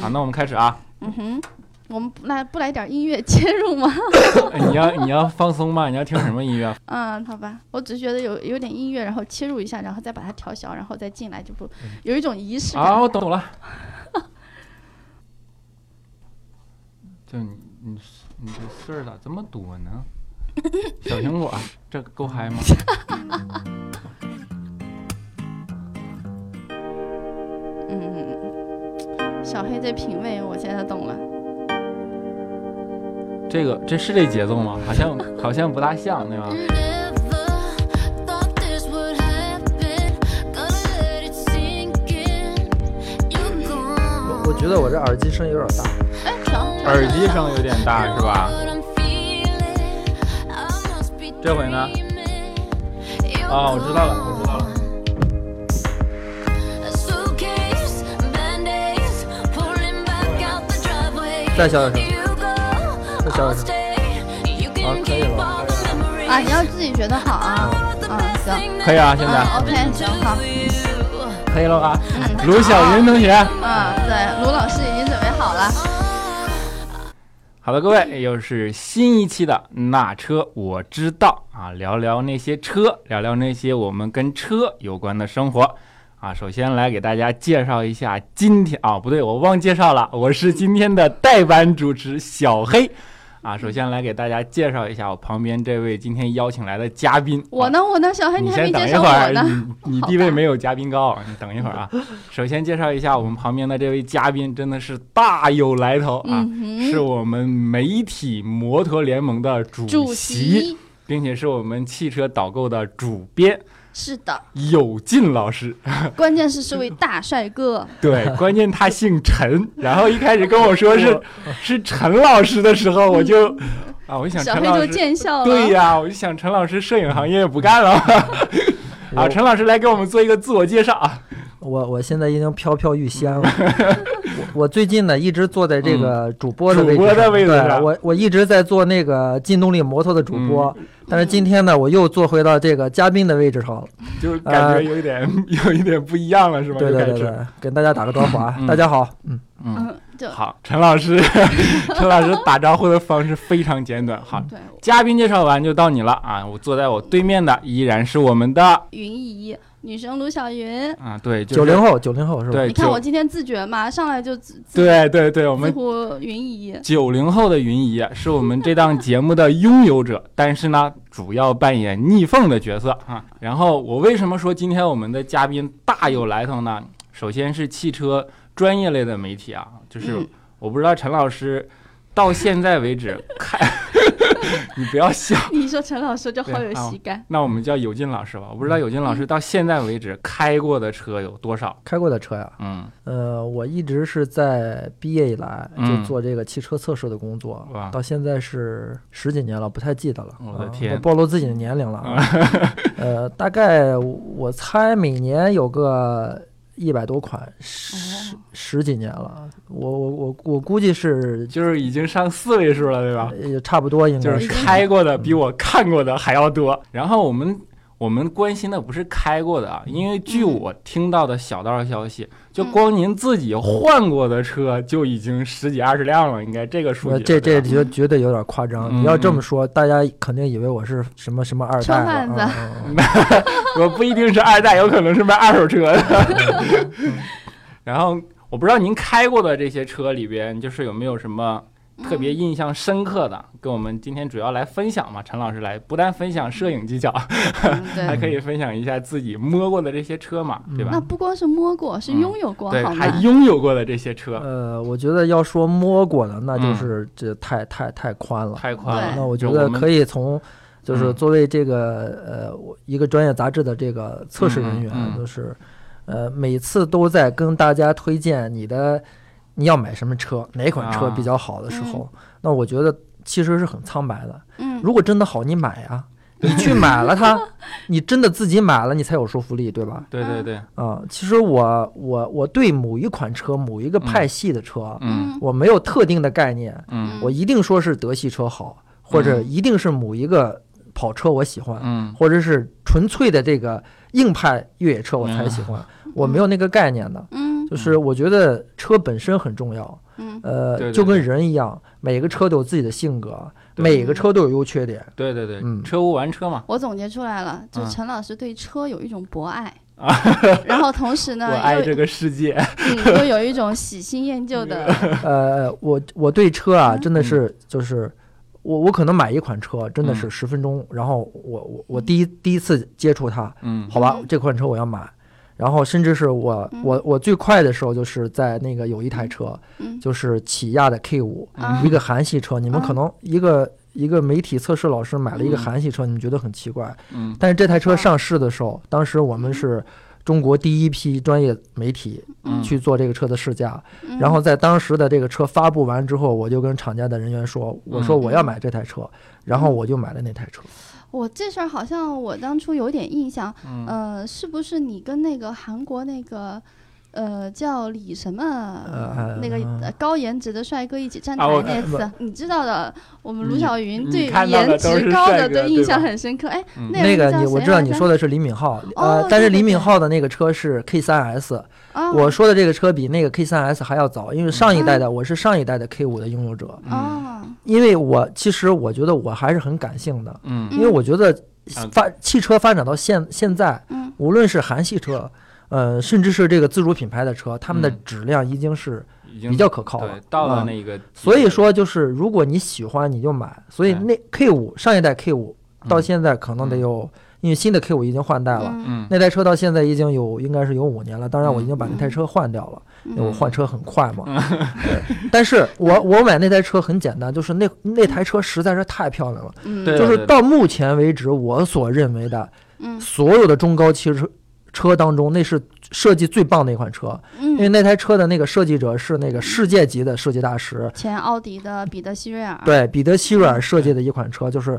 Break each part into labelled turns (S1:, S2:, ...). S1: 好，那我们开始啊！
S2: 嗯哼，我们不那不来点音乐切入吗？
S1: 哎你要你要放松吗？你要听什么音乐？
S2: 嗯，好吧，我只是觉得有有点音乐，然后切入一下，然后再把它调小，然后再进来，就不有一种仪式
S1: 啊，
S2: 感。
S1: 我懂了。 就你你你这字儿咋这么多呢？小苹果，这够嗨吗？
S2: 嗯，小黑这品味我现在懂了。
S1: 这个这是这节奏吗？好像好像不大像，对吧？
S3: Never thought this would happen. Gonna let it sink in. You're
S4: 我
S3: gone.
S4: 我觉得我这耳机声音有点大，
S2: 哎，调调
S1: 耳机声有点大是吧？这回呢？啊，我知道了，我知道了。
S4: 再小点声，再小点声。好，可以了。
S2: 啊，你要自己觉得好啊。嗯，行，
S1: 可以啊，现在
S2: 嗯，OK，行，好，
S1: 可以了吧？卢晓云同学，
S2: 嗯，对，卢老师已经准备好了。
S1: 呃好的，各位，又是新一期的那车我知道啊，聊聊那些车，聊聊那些我们跟车有关的生活啊。首先来给大家介绍一下今天啊，不对，我忘介绍了，我是今天的代班主持小黑啊。首先来给大家介绍一下我旁边这位今天邀请来的嘉宾，啊
S2: 我呢，我呢，小黑
S1: 你
S2: 还没
S1: 先等
S2: 介
S1: 一
S2: 绍
S1: 会
S2: 我
S1: 儿，
S2: 呢。
S1: 你你
S2: 好
S1: 地位
S2: 吧
S1: 没有嘉宾高，你等一会儿 啊。首先介绍一下我们旁边的这位嘉宾，真的是大有来头啊，
S2: 嗯
S1: 是
S2: 哼，
S1: 我们媒体摩托联盟的
S2: 主
S1: 主席，
S2: 席
S1: 并且是我们汽车导购的主编
S2: 是的，
S1: 有进老师。
S2: 关键是是位大帅哥。
S1: 对，关键他姓陈，然后一开始跟我说是是陈老师的时候，我就啊，我就想
S2: 小
S1: 陈
S2: 黑
S1: 老
S2: 就
S1: 师。
S2: 见笑了。
S1: 对呀、我就想陈老师摄影行业不干了啊！
S4: 我
S1: 陈老师来给我们做一个自我介绍啊！
S4: 我我现在已经飘飘欲 仙了。我我最近呢一直坐在这个主播的位
S1: 嗯
S4: 置
S1: 主播的位置
S4: 对
S1: 上
S4: 我我一直在做那个劲动力摩托的主播，
S1: 嗯
S4: 但是今天呢我又坐回到这个嘉宾的位置上了。
S1: 就是感觉有一点、 有一点不一样了，是吧？
S4: 对对对
S1: 就开始，
S4: 对，跟大家打个招呼啊，
S1: 嗯
S4: 大家好，嗯，
S1: 嗯，
S2: 嗯，就
S1: 好，陈老师， 陈老师打招呼的方式非常简短。好，
S2: 对，
S1: 嘉宾介绍完就到你了啊！我坐在我对面的依然是我们的
S2: 云姨，女神卢晓云。
S1: 啊，对，就是
S4: 九零后九零后是吧？
S1: 对，
S2: 你看
S1: 九
S2: 我今天自觉嘛，上来就自自
S1: 哎对对对，我
S2: 自
S1: 们
S2: 呼云姨。
S1: 九零后的云姨是我们这档节目的拥有者，但是呢，主要扮演逆缝的角色啊。然后我为什么说今天我们的嘉宾大有来头呢？首先是汽车专业类的媒体啊，就是
S2: 嗯
S1: 我不知道陈老师到现在为 止看， 你不要笑。
S2: 你一说陈老师就好有
S1: 对啊
S2: 喜感。
S1: 那我们叫有进老师吧，我不知道有进老师到现在为止开过的车有多少？
S4: 开过的车呀，
S1: 嗯，
S4: 呃，我一直是在毕业以来
S1: 嗯
S4: 就做这个汽车测试的工作，
S1: 哇
S4: 到现在是十几年了，不太记得了。
S1: 我的
S4: 啊
S1: 天
S4: 我暴露自己的年龄了啊。 呃，大概我猜每年有个一百多款，十、十几年了。啊我我我我估计是呃
S1: 就是已经上四位数了，对吧？
S4: 也差不多应
S1: 啊就
S4: 该
S1: 是
S4: 是。
S1: 开过的比我看过的还要多。然后我们我们关心的不是开过的啊，因为据我听到的小道消息，就光您自己换过的车就已经十几二十辆了，应该这个数
S4: 我
S1: 据。
S4: 呃
S1: 对
S4: 这这
S1: 吧
S4: 绝绝对有点夸张，
S1: 嗯
S4: 你要这么说，大家肯定以为我是什么什么二代
S2: 车贩子
S4: 了。嗯嗯嗯
S1: 我不一定是二代，有可能是卖二手车的。 然后我不知道您开过的这些车里边，就是有没有什么。特别印象深刻的，跟我们今天主要来分享嘛，陈老师来不但分享摄影技巧，
S2: 嗯
S1: 还
S2: 对。
S1: 可以分享一下自己摸过的这些车嘛，对
S4: 嗯
S1: 吧？
S2: 那不光是摸过，是
S1: 嗯
S2: 拥有过，
S1: 对，
S2: 好吗
S1: 还？拥有过的这些车，
S4: 呃，我觉得要说摸过的，那就
S1: 嗯
S4: 是这太太太宽了。
S1: 太宽了。
S2: 对
S4: 那我觉
S1: 就
S4: 得
S1: 们
S4: 可以从，就是
S1: 嗯
S4: 作为这个呃我一个专业杂志的这个测试人员
S1: 嗯嗯，嗯
S4: 就是呃每次都在跟大家推荐你的你要买什么车，哪款车
S1: 啊
S4: 比较好的时候，那我觉得其实是很苍白的。
S2: 嗯，
S4: 如果真的好，你买啊。你去买了它，你真的自己买了，你才有说服力，对吧？
S1: 对对对，
S4: 啊、其实我我我对某一款车、某一个派系的车，啊
S1: 嗯
S2: 嗯
S4: 我没有特定的概念，
S1: 嗯
S4: 我一定说是德系车好，或者一定是某一个跑车我喜欢，
S1: 嗯
S4: 或者 是纯粹的这个硬派越野车我才喜欢，我没有那个概念的。
S2: 嗯，
S4: 就是我觉得车本身很重要，
S2: 嗯
S4: 呃，
S1: 对对
S4: 就跟
S1: 对
S4: 人一样，每个车都有自己的性格，
S1: 对
S4: 每个车都有优 缺点。
S1: 对对对，
S4: 嗯
S1: 车无完车嘛，
S2: 我总结出来了，就
S1: 嗯
S2: 陈老师对车有一种博爱， 然后同时
S1: 我
S2: 呢，
S1: 爱
S2: 又
S1: 这个世界。
S2: 嗯又有一种喜新厌旧的，
S4: 呃，我我对车啊，
S2: 嗯
S4: 真的是就是我我可能买一款车，真的是
S1: 嗯
S4: 十分钟，然后我我我第一第一次接触它，
S1: 嗯，
S4: 好吧
S2: 嗯，
S4: 这款车我要买。然后甚至是我
S2: 嗯
S4: 我我最快的时候就是在那个有一台车，
S2: 嗯
S4: 就是起亚的 K 五，
S2: 啊
S4: 一个韩系车，你们可
S2: 嗯
S4: 能一个一个媒体测试老师买了一个
S1: 嗯
S4: 韩系车，你们觉得很奇怪。
S1: 嗯
S4: 但是这台车
S2: 哦
S4: 上市的时候，当时我们是中国第一批专业媒体
S1: 嗯
S4: 去做这个车的试驾，
S2: 嗯
S4: 然后在当时的这个车发布完之后，我就跟厂家的人员说，我说
S1: 嗯
S4: 我要买这台车，然后我就买了那台车。
S2: 我这事儿好像我当初有点印象，
S1: 嗯，
S2: 呃，是不是你跟那个韩国那个？呃，叫李什么、
S4: 呃
S2: 那个呃高颜值的帅哥一起站台
S1: 啊我
S2: 那次，你知道的，我们卢
S1: 你
S2: 晓云
S1: 你
S2: 对
S1: 看到的
S2: 颜
S1: 都是
S2: 值高
S1: 帅
S2: 的
S1: 哥
S2: 都印象
S1: 对吧
S2: 很深刻。哎，
S1: 嗯
S2: 那
S4: 那
S2: 个
S4: 个
S2: 叫
S4: 你
S2: 谁
S4: 我知道
S2: 来
S4: 你
S2: 着
S4: 说的是李敏镐，
S2: 哦
S4: 呃，但
S2: 对
S4: 是
S2: 对
S4: 李敏
S2: 对
S4: 镐的那个车是 K 三 S，
S2: 啊，
S4: 我说的这个车比那个 K 三 S 还要早，因为上一代
S2: 嗯
S4: 的我是上一代的 K 五的拥有者，
S1: 嗯
S2: 啊，
S4: 因为我其实我觉得我还是很感性的，
S1: 嗯
S4: 因为我觉得
S1: 嗯
S4: 发汽车发展到现现在，
S2: 嗯
S4: 无论是韩系车，呃，甚至是这个自主品牌的车，他们的
S1: 嗯
S4: 质量已经是
S1: 已经
S4: 比较可靠了
S1: 对，，到了
S4: 嗯
S1: 那个，
S4: 所以说，就是如果你喜欢，你就买。所以
S1: 对
S4: 那 K 五上一代 K 五到
S1: 嗯
S4: 现在可能得
S1: 嗯
S4: 有，因为新的 K 五已经换代了，
S2: 嗯
S1: 嗯，
S4: 那台车到现在已经有应该是有五年了。当然，我已经把
S2: 嗯
S4: 那台车换掉了，因为我
S1: 嗯
S4: 换车很快嘛。呃但是我我买那台车很简单，就是那那台车实在是太漂亮了，
S2: 嗯，
S1: 对
S4: 就
S1: 啊
S4: 是到目前为止我所认为的
S2: 嗯
S4: 所有的中高汽车车当中，那是设计最棒的一款车，因为
S2: 嗯，
S4: 那台车的那个设计者是那个世界级的设计大师，
S2: 前奥迪的彼得希瑞
S1: 嗯
S2: 尔，，
S4: 对，彼得希瑞尔设计的一款车，就是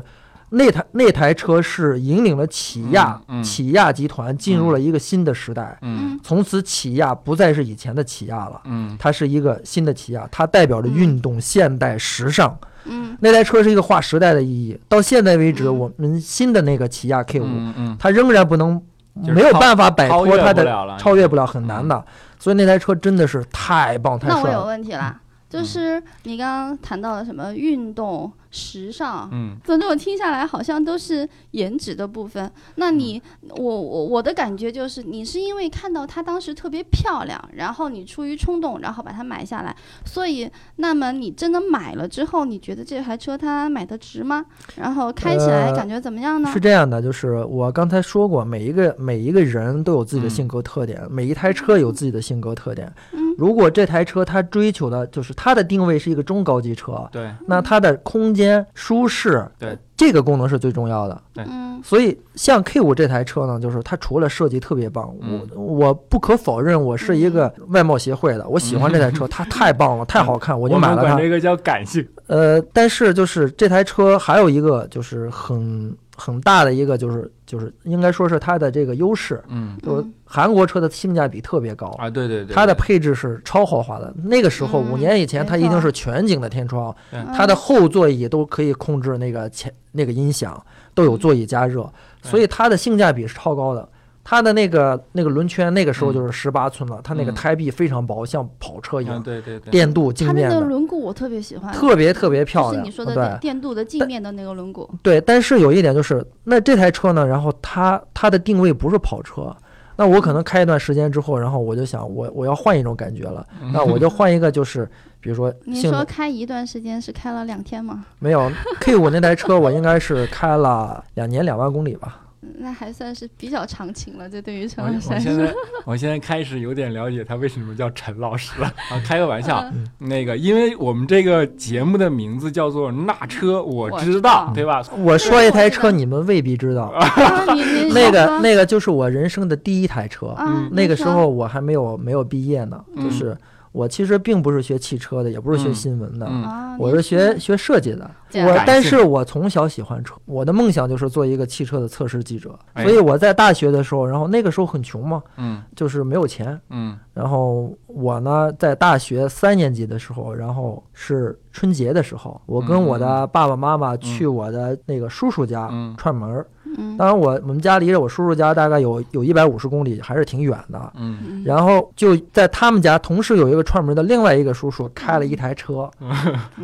S4: 那台那台车是引领了起亚、
S1: 嗯嗯
S4: 起亚集团进入
S1: 嗯
S4: 了一个新的时代，
S1: 嗯
S2: 嗯
S4: 从此起亚不再是以前的起亚了。
S1: 嗯
S4: 它是一个新的起亚，它代表着运动、现代、时尚。
S2: 嗯
S4: 那台车是一个划时代的意义。到现在为止，
S2: 嗯
S4: 我们新的那个起亚 K 五、
S1: 嗯嗯，
S4: 它仍然不能，
S1: 就是
S4: 没有办法摆
S1: 超
S4: 脱
S1: 越
S4: 它
S1: 不
S4: 的
S1: 了了嗯
S4: 超越不了，很难的。所以那台车真的是太棒太
S2: 那我
S4: 帅
S2: 有
S4: 了。
S2: 问题啦，就是你刚刚谈到了什么运动、时尚，
S1: 嗯
S2: 总之我听下来好像都是颜值的部分。那你，
S4: 嗯
S2: 我我我的感觉就是，你是因为看到她当时特别漂亮，然后你出于冲动，然后把它买下来。所以，那么你真的买了之后，你觉得这台车它买的值吗？然后开起来
S4: 呃
S2: 感觉怎么样呢？
S4: 是这样的，就是我刚才说过，每一个每一个人都有自己的
S1: 嗯
S4: 性格特点，每一台车有自己的性格特点。
S2: 嗯
S4: 如果这台车它追求的就是它的定位是一个中高级车，
S1: 对
S4: 那它的空间舒适，
S1: 对
S4: 这个功能是最重要的。
S2: 嗯
S4: 所以像 K 五这台车呢，就是它除了设计特别棒，
S1: 嗯
S4: 我我不可否认，我是一个
S2: 嗯
S4: 外貌协会的，我喜欢这 台车，它太棒了，太好看，我
S1: 我
S4: 就
S1: 们
S4: 买了它。
S1: 管这个叫感性，
S4: 呃，但是就是这台车还有一个就是很很大的一个就是就是应该说是它的这个优势，
S1: 嗯
S4: 就是
S2: 嗯
S4: 韩国车的性价比特别高，
S1: 啊，对对对，
S4: 它的
S1: 对
S4: 配置是超豪华的。那个时候
S2: 嗯
S4: 五年以前，
S2: 没
S4: 它一定
S2: 错
S4: 是全景的天窗，
S1: 嗯
S4: 它的后座椅都可以控制那个前那个音响，都有座椅加热，所以它的性价比是超高的。它的那个那个轮圈那个时候就是十八寸了，它那个
S1: 嗯
S4: 胎壁非常薄，像跑车一
S1: 嗯
S4: 样，
S1: 对对对，
S4: 电镀
S2: 它
S4: 镜
S2: 那
S4: 面
S2: 个
S4: 的，
S2: 轮毂我特别喜欢，
S4: 特别特别漂
S2: 就
S4: 亮。
S2: 是你说的
S4: 对
S2: 电电镀的镜面的那个轮毂。
S4: 对，但是有一点就是，那这台车呢，然后它它的定位不是跑车，那我可能开一段时间之后，然后我就想我我要换一种感觉了，
S1: 嗯
S4: 那我就换一个就是，比如说
S2: 你
S4: 性
S2: 说
S4: 能
S2: 开一段时间是开了两天吗？
S4: 没有 K 五那台车，我应该是开了两年两万公里吧，
S2: 嗯那还算是比较长情了，这对于陈
S1: 哦我
S2: 老师
S1: 我
S2: 来
S1: 现
S2: 说，
S1: 在我现在开始有点了解他为什么叫陈老师了啊，开个玩笑啊，
S4: 嗯
S1: 那个因为我们这个节目的名字叫做《那车我
S2: 我
S1: 知
S2: 知
S1: 道》，
S2: 道
S1: 对吧？
S4: 我说一台
S2: 我
S4: 车
S2: 知道
S4: 你们未必知道，
S1: 嗯
S2: 啊 你你
S4: 那
S2: 说
S4: 个
S2: 吧
S4: 那个就是我人生的第一台车，
S2: 啊，
S4: 那个时
S2: 说
S4: 候我还没有没有毕业呢，就
S1: 嗯
S4: 是我其实并不是学汽车的，也不是学
S1: 嗯
S4: 新闻的，
S1: 嗯
S2: 啊，
S4: 我
S2: 你
S4: 是学学设计的。
S2: 这样
S4: 我
S1: 感
S4: 但
S1: 性
S4: 是我从小喜欢车，我的梦想就是做一个汽车的测试记者。
S1: 哎
S4: 所以我在大学的时候，然后那个时候很穷嘛，
S1: 嗯
S4: 就是没有钱。
S1: 嗯
S4: 然后我呢，在大学三年级的时候，然后是春节的时候，我跟我的爸爸妈妈去我的那个叔叔家
S1: 嗯
S4: 串门儿。
S2: 嗯
S4: 当然我我们家离着我叔叔家大概有有一百五十公里，还是挺远的。
S1: 嗯
S2: 嗯
S4: 然后就在他们家，同时有一个串门的另外一个叔叔开了一台车，
S2: 嗯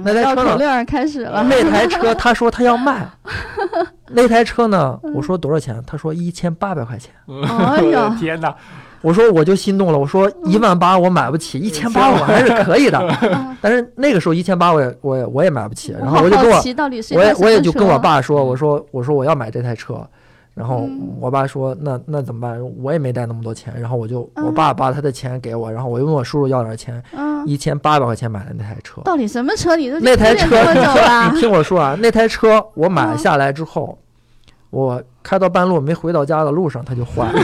S4: 那台
S2: 绕
S4: 车
S2: 口
S4: 呢
S2: 令儿开始了，
S4: 那台车他说他 要卖，那台车呢，
S1: 嗯
S4: 我说多少钱？他说一千八百块钱。
S2: 哎
S1: 我
S2: 呦
S1: 的，天哪！
S4: 我说我就心动了，我说一万八我买不起，一千八我还是可以的
S2: 嗯，
S4: 但是那个时候一千八我也我也我也买 不起， 然后
S2: 好
S4: 我就
S2: 好
S4: 跟我
S2: 奇到底是一
S4: 我也
S2: 台
S4: 我也
S2: 什么
S4: 就跟
S2: 车
S4: 我，爸说，我说我说我要买这台车，然后
S2: 嗯
S4: 我爸说那那怎么办？我也没带那么多钱，然后我就我
S2: 嗯
S4: 爸把他的钱给我，然后我又问我叔叔要点钱，
S2: 嗯，
S4: 一千八百块钱买的那台车。
S2: 到底什么车你都
S4: 那台车，
S2: 多久了
S4: 你？听我说啊，那台车我买
S2: 嗯
S4: 下来之后，我开到半路没回到家的路上，它就坏了。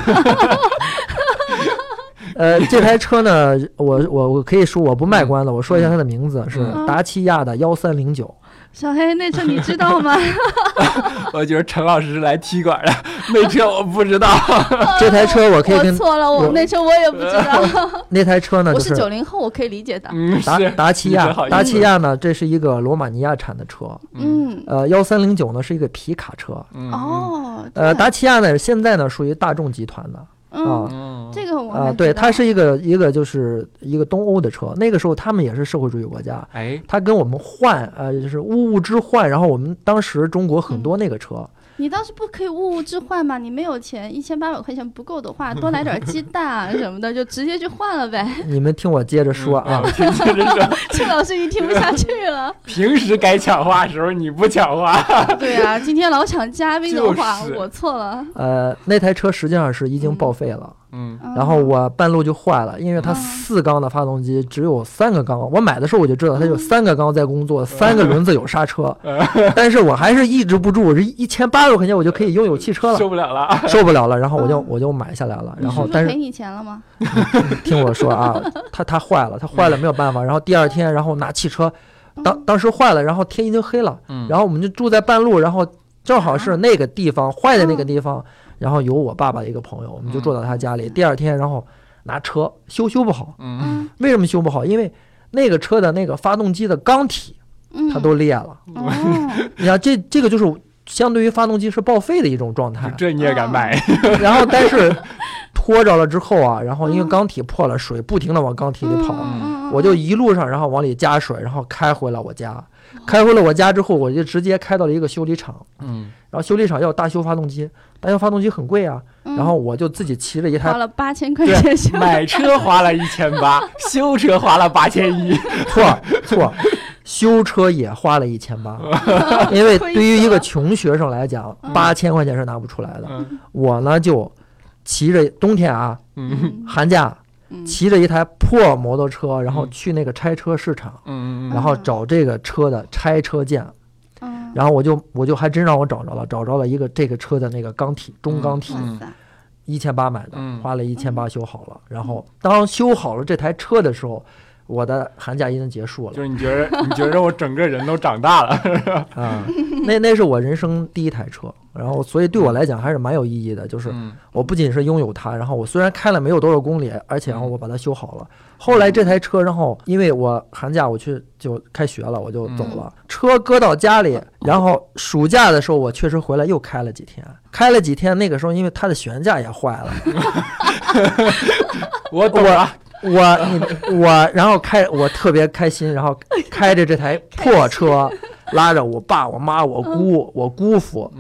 S4: 呃，这台车呢，我我我可以说我不卖关子，我说一下它的名字是
S2: 嗯
S4: 达奇亚的幺三零九，
S2: 小黑那车你知道吗？
S1: 我觉得陈老师是来踢馆的，那车我不知道。
S4: 这台车我可以
S2: 嗯我
S4: 跟
S2: 错了，我
S4: 我
S2: 那车我也不知道，
S4: 那台车呢
S2: 我
S4: 就是是
S2: 九零后，我可以理解的。
S1: 嗯，
S4: 达
S1: 是
S4: 达奇
S1: 你
S4: 亚
S1: 真好意，思
S4: 达奇亚呢，这是一个罗马尼亚产的车，
S2: 嗯，
S4: 呃，幺三零九呢是一个皮卡车，
S1: 嗯，
S2: 哦，
S4: 呃，
S2: 对
S4: 达奇亚呢现在呢属于大众集团的，
S2: 嗯，
S1: 嗯，
S2: 这个我
S4: 啊、
S2: 还
S4: 对，
S2: 知道
S4: 它是一个一个就是一个东欧的车，那个时候他们也是社会主义国家，
S1: 哎，
S4: 它跟我们换呃就是物物之换，然后我们当时中国很
S2: 嗯
S4: 多那个车，
S2: 你当时不可以物物置换吗？你没有钱，一千八百块钱不够的话，多来点鸡蛋啊什么的，就直接去换了呗。
S4: 你们听我接着说
S1: 嗯
S4: 啊，
S1: 我听接着说，
S2: 这老师已经听不下去了。
S1: 平时该抢话的时候你不抢话，
S2: 对啊，今天老抢嘉宾的话，
S1: 就是
S2: 我错了。
S4: 呃，那台车实际上是已经报废了，
S1: 嗯
S2: 嗯
S4: 然后我半路就坏了，因为它
S2: 嗯
S4: 四缸的发动机只有三个缸，我买的时候我就知道它
S2: 哦
S4: 有三个缸在工作，
S1: 嗯
S4: 三个轮子有刹车， 但是我还是抑制不住，我这一千八百块钱我就可以拥有汽车 了
S1: 受。不了啊了。
S4: 受不了了，然后我就
S2: 嗯
S4: 我就买下来了，然
S2: 你
S4: 后
S2: 叔叔
S4: 哦但是
S2: 赔你钱了吗？
S4: 听我 说啊，它它坏了，它坏了没有
S1: 嗯
S4: 办法。然后第二天，然后拿汽车，当当时坏了，然后天已经黑了，
S1: 嗯啊
S4: 然后我们就住在半路，然后正好是那个地方坏的那
S1: 嗯
S4: 个地方，然后有我爸爸的一个朋友，我们就住到他家里。第二天，然后拿车修修不好，
S1: 嗯
S2: 嗯
S4: 为什么修不好？因为那个车的那个发动机的缸体
S2: 嗯，
S4: 它都裂了，
S2: 哦，
S4: 你看这这个就是相对于发动机是报废的一种状态，
S1: 这你也敢买？
S4: 然后但是拖着了之后啊，然后因为缸体破了，水不停的往缸体里跑，
S2: 嗯嗯
S4: 我就一路上然后往里加水，然后开回了我家。开回了我家之后，我就直接开到了一个修理厂，
S1: 嗯，
S4: 然后修理厂要大修发动机，大修发动机很贵啊，
S2: 嗯
S4: 然后我就自己骑了一
S2: 花
S4: 台，
S2: 了八千块钱 修，
S1: 买车花了一千 八，修车花了八千一。
S4: 错错，修车也花了一 千八，因为对于一个穷学生来讲，
S2: 嗯
S4: 八千块钱是拿不出来的。
S1: 嗯
S4: 我呢就骑着冬天啊，
S1: 嗯
S2: 嗯
S4: 寒假
S2: 嗯
S4: 骑着一台破摩托车，然后
S1: 嗯
S4: 去那个拆车市场，
S1: 嗯
S4: 然后找这个车的拆车件，
S2: 嗯，
S4: 然后我就我就还真让我找着了，找着了一个这个车的那个缸体中缸体，
S2: 哇塞，
S4: 一千八买的
S1: 嗯，
S4: 花了一千八修好了。然后当修好了这台车的时候，我的寒假已经结束
S1: 就
S4: 了
S1: 是你觉得你觉得我整个人都长大了。
S4: 啊，那那是我人生第一台车，然后所以对我来讲还是蛮有意义的，就是
S1: 嗯
S4: 我不仅是拥有它，然后我虽然开了没有多少公里，而且然后
S1: 嗯
S4: 我把它修好了。后来这台车，然后因为我寒假我去就开学了，我就走了。
S1: 嗯
S4: 车搁到家里，然后暑假的时候我确实回来又开了几天，开了几天。那个时候因为它的悬架也坏 了，
S1: 我懂了，
S4: 我你我然后开我特别开心，然后开着这台破 车。拉着我爸、我妈、我姑、
S1: 嗯
S4: 我姑父，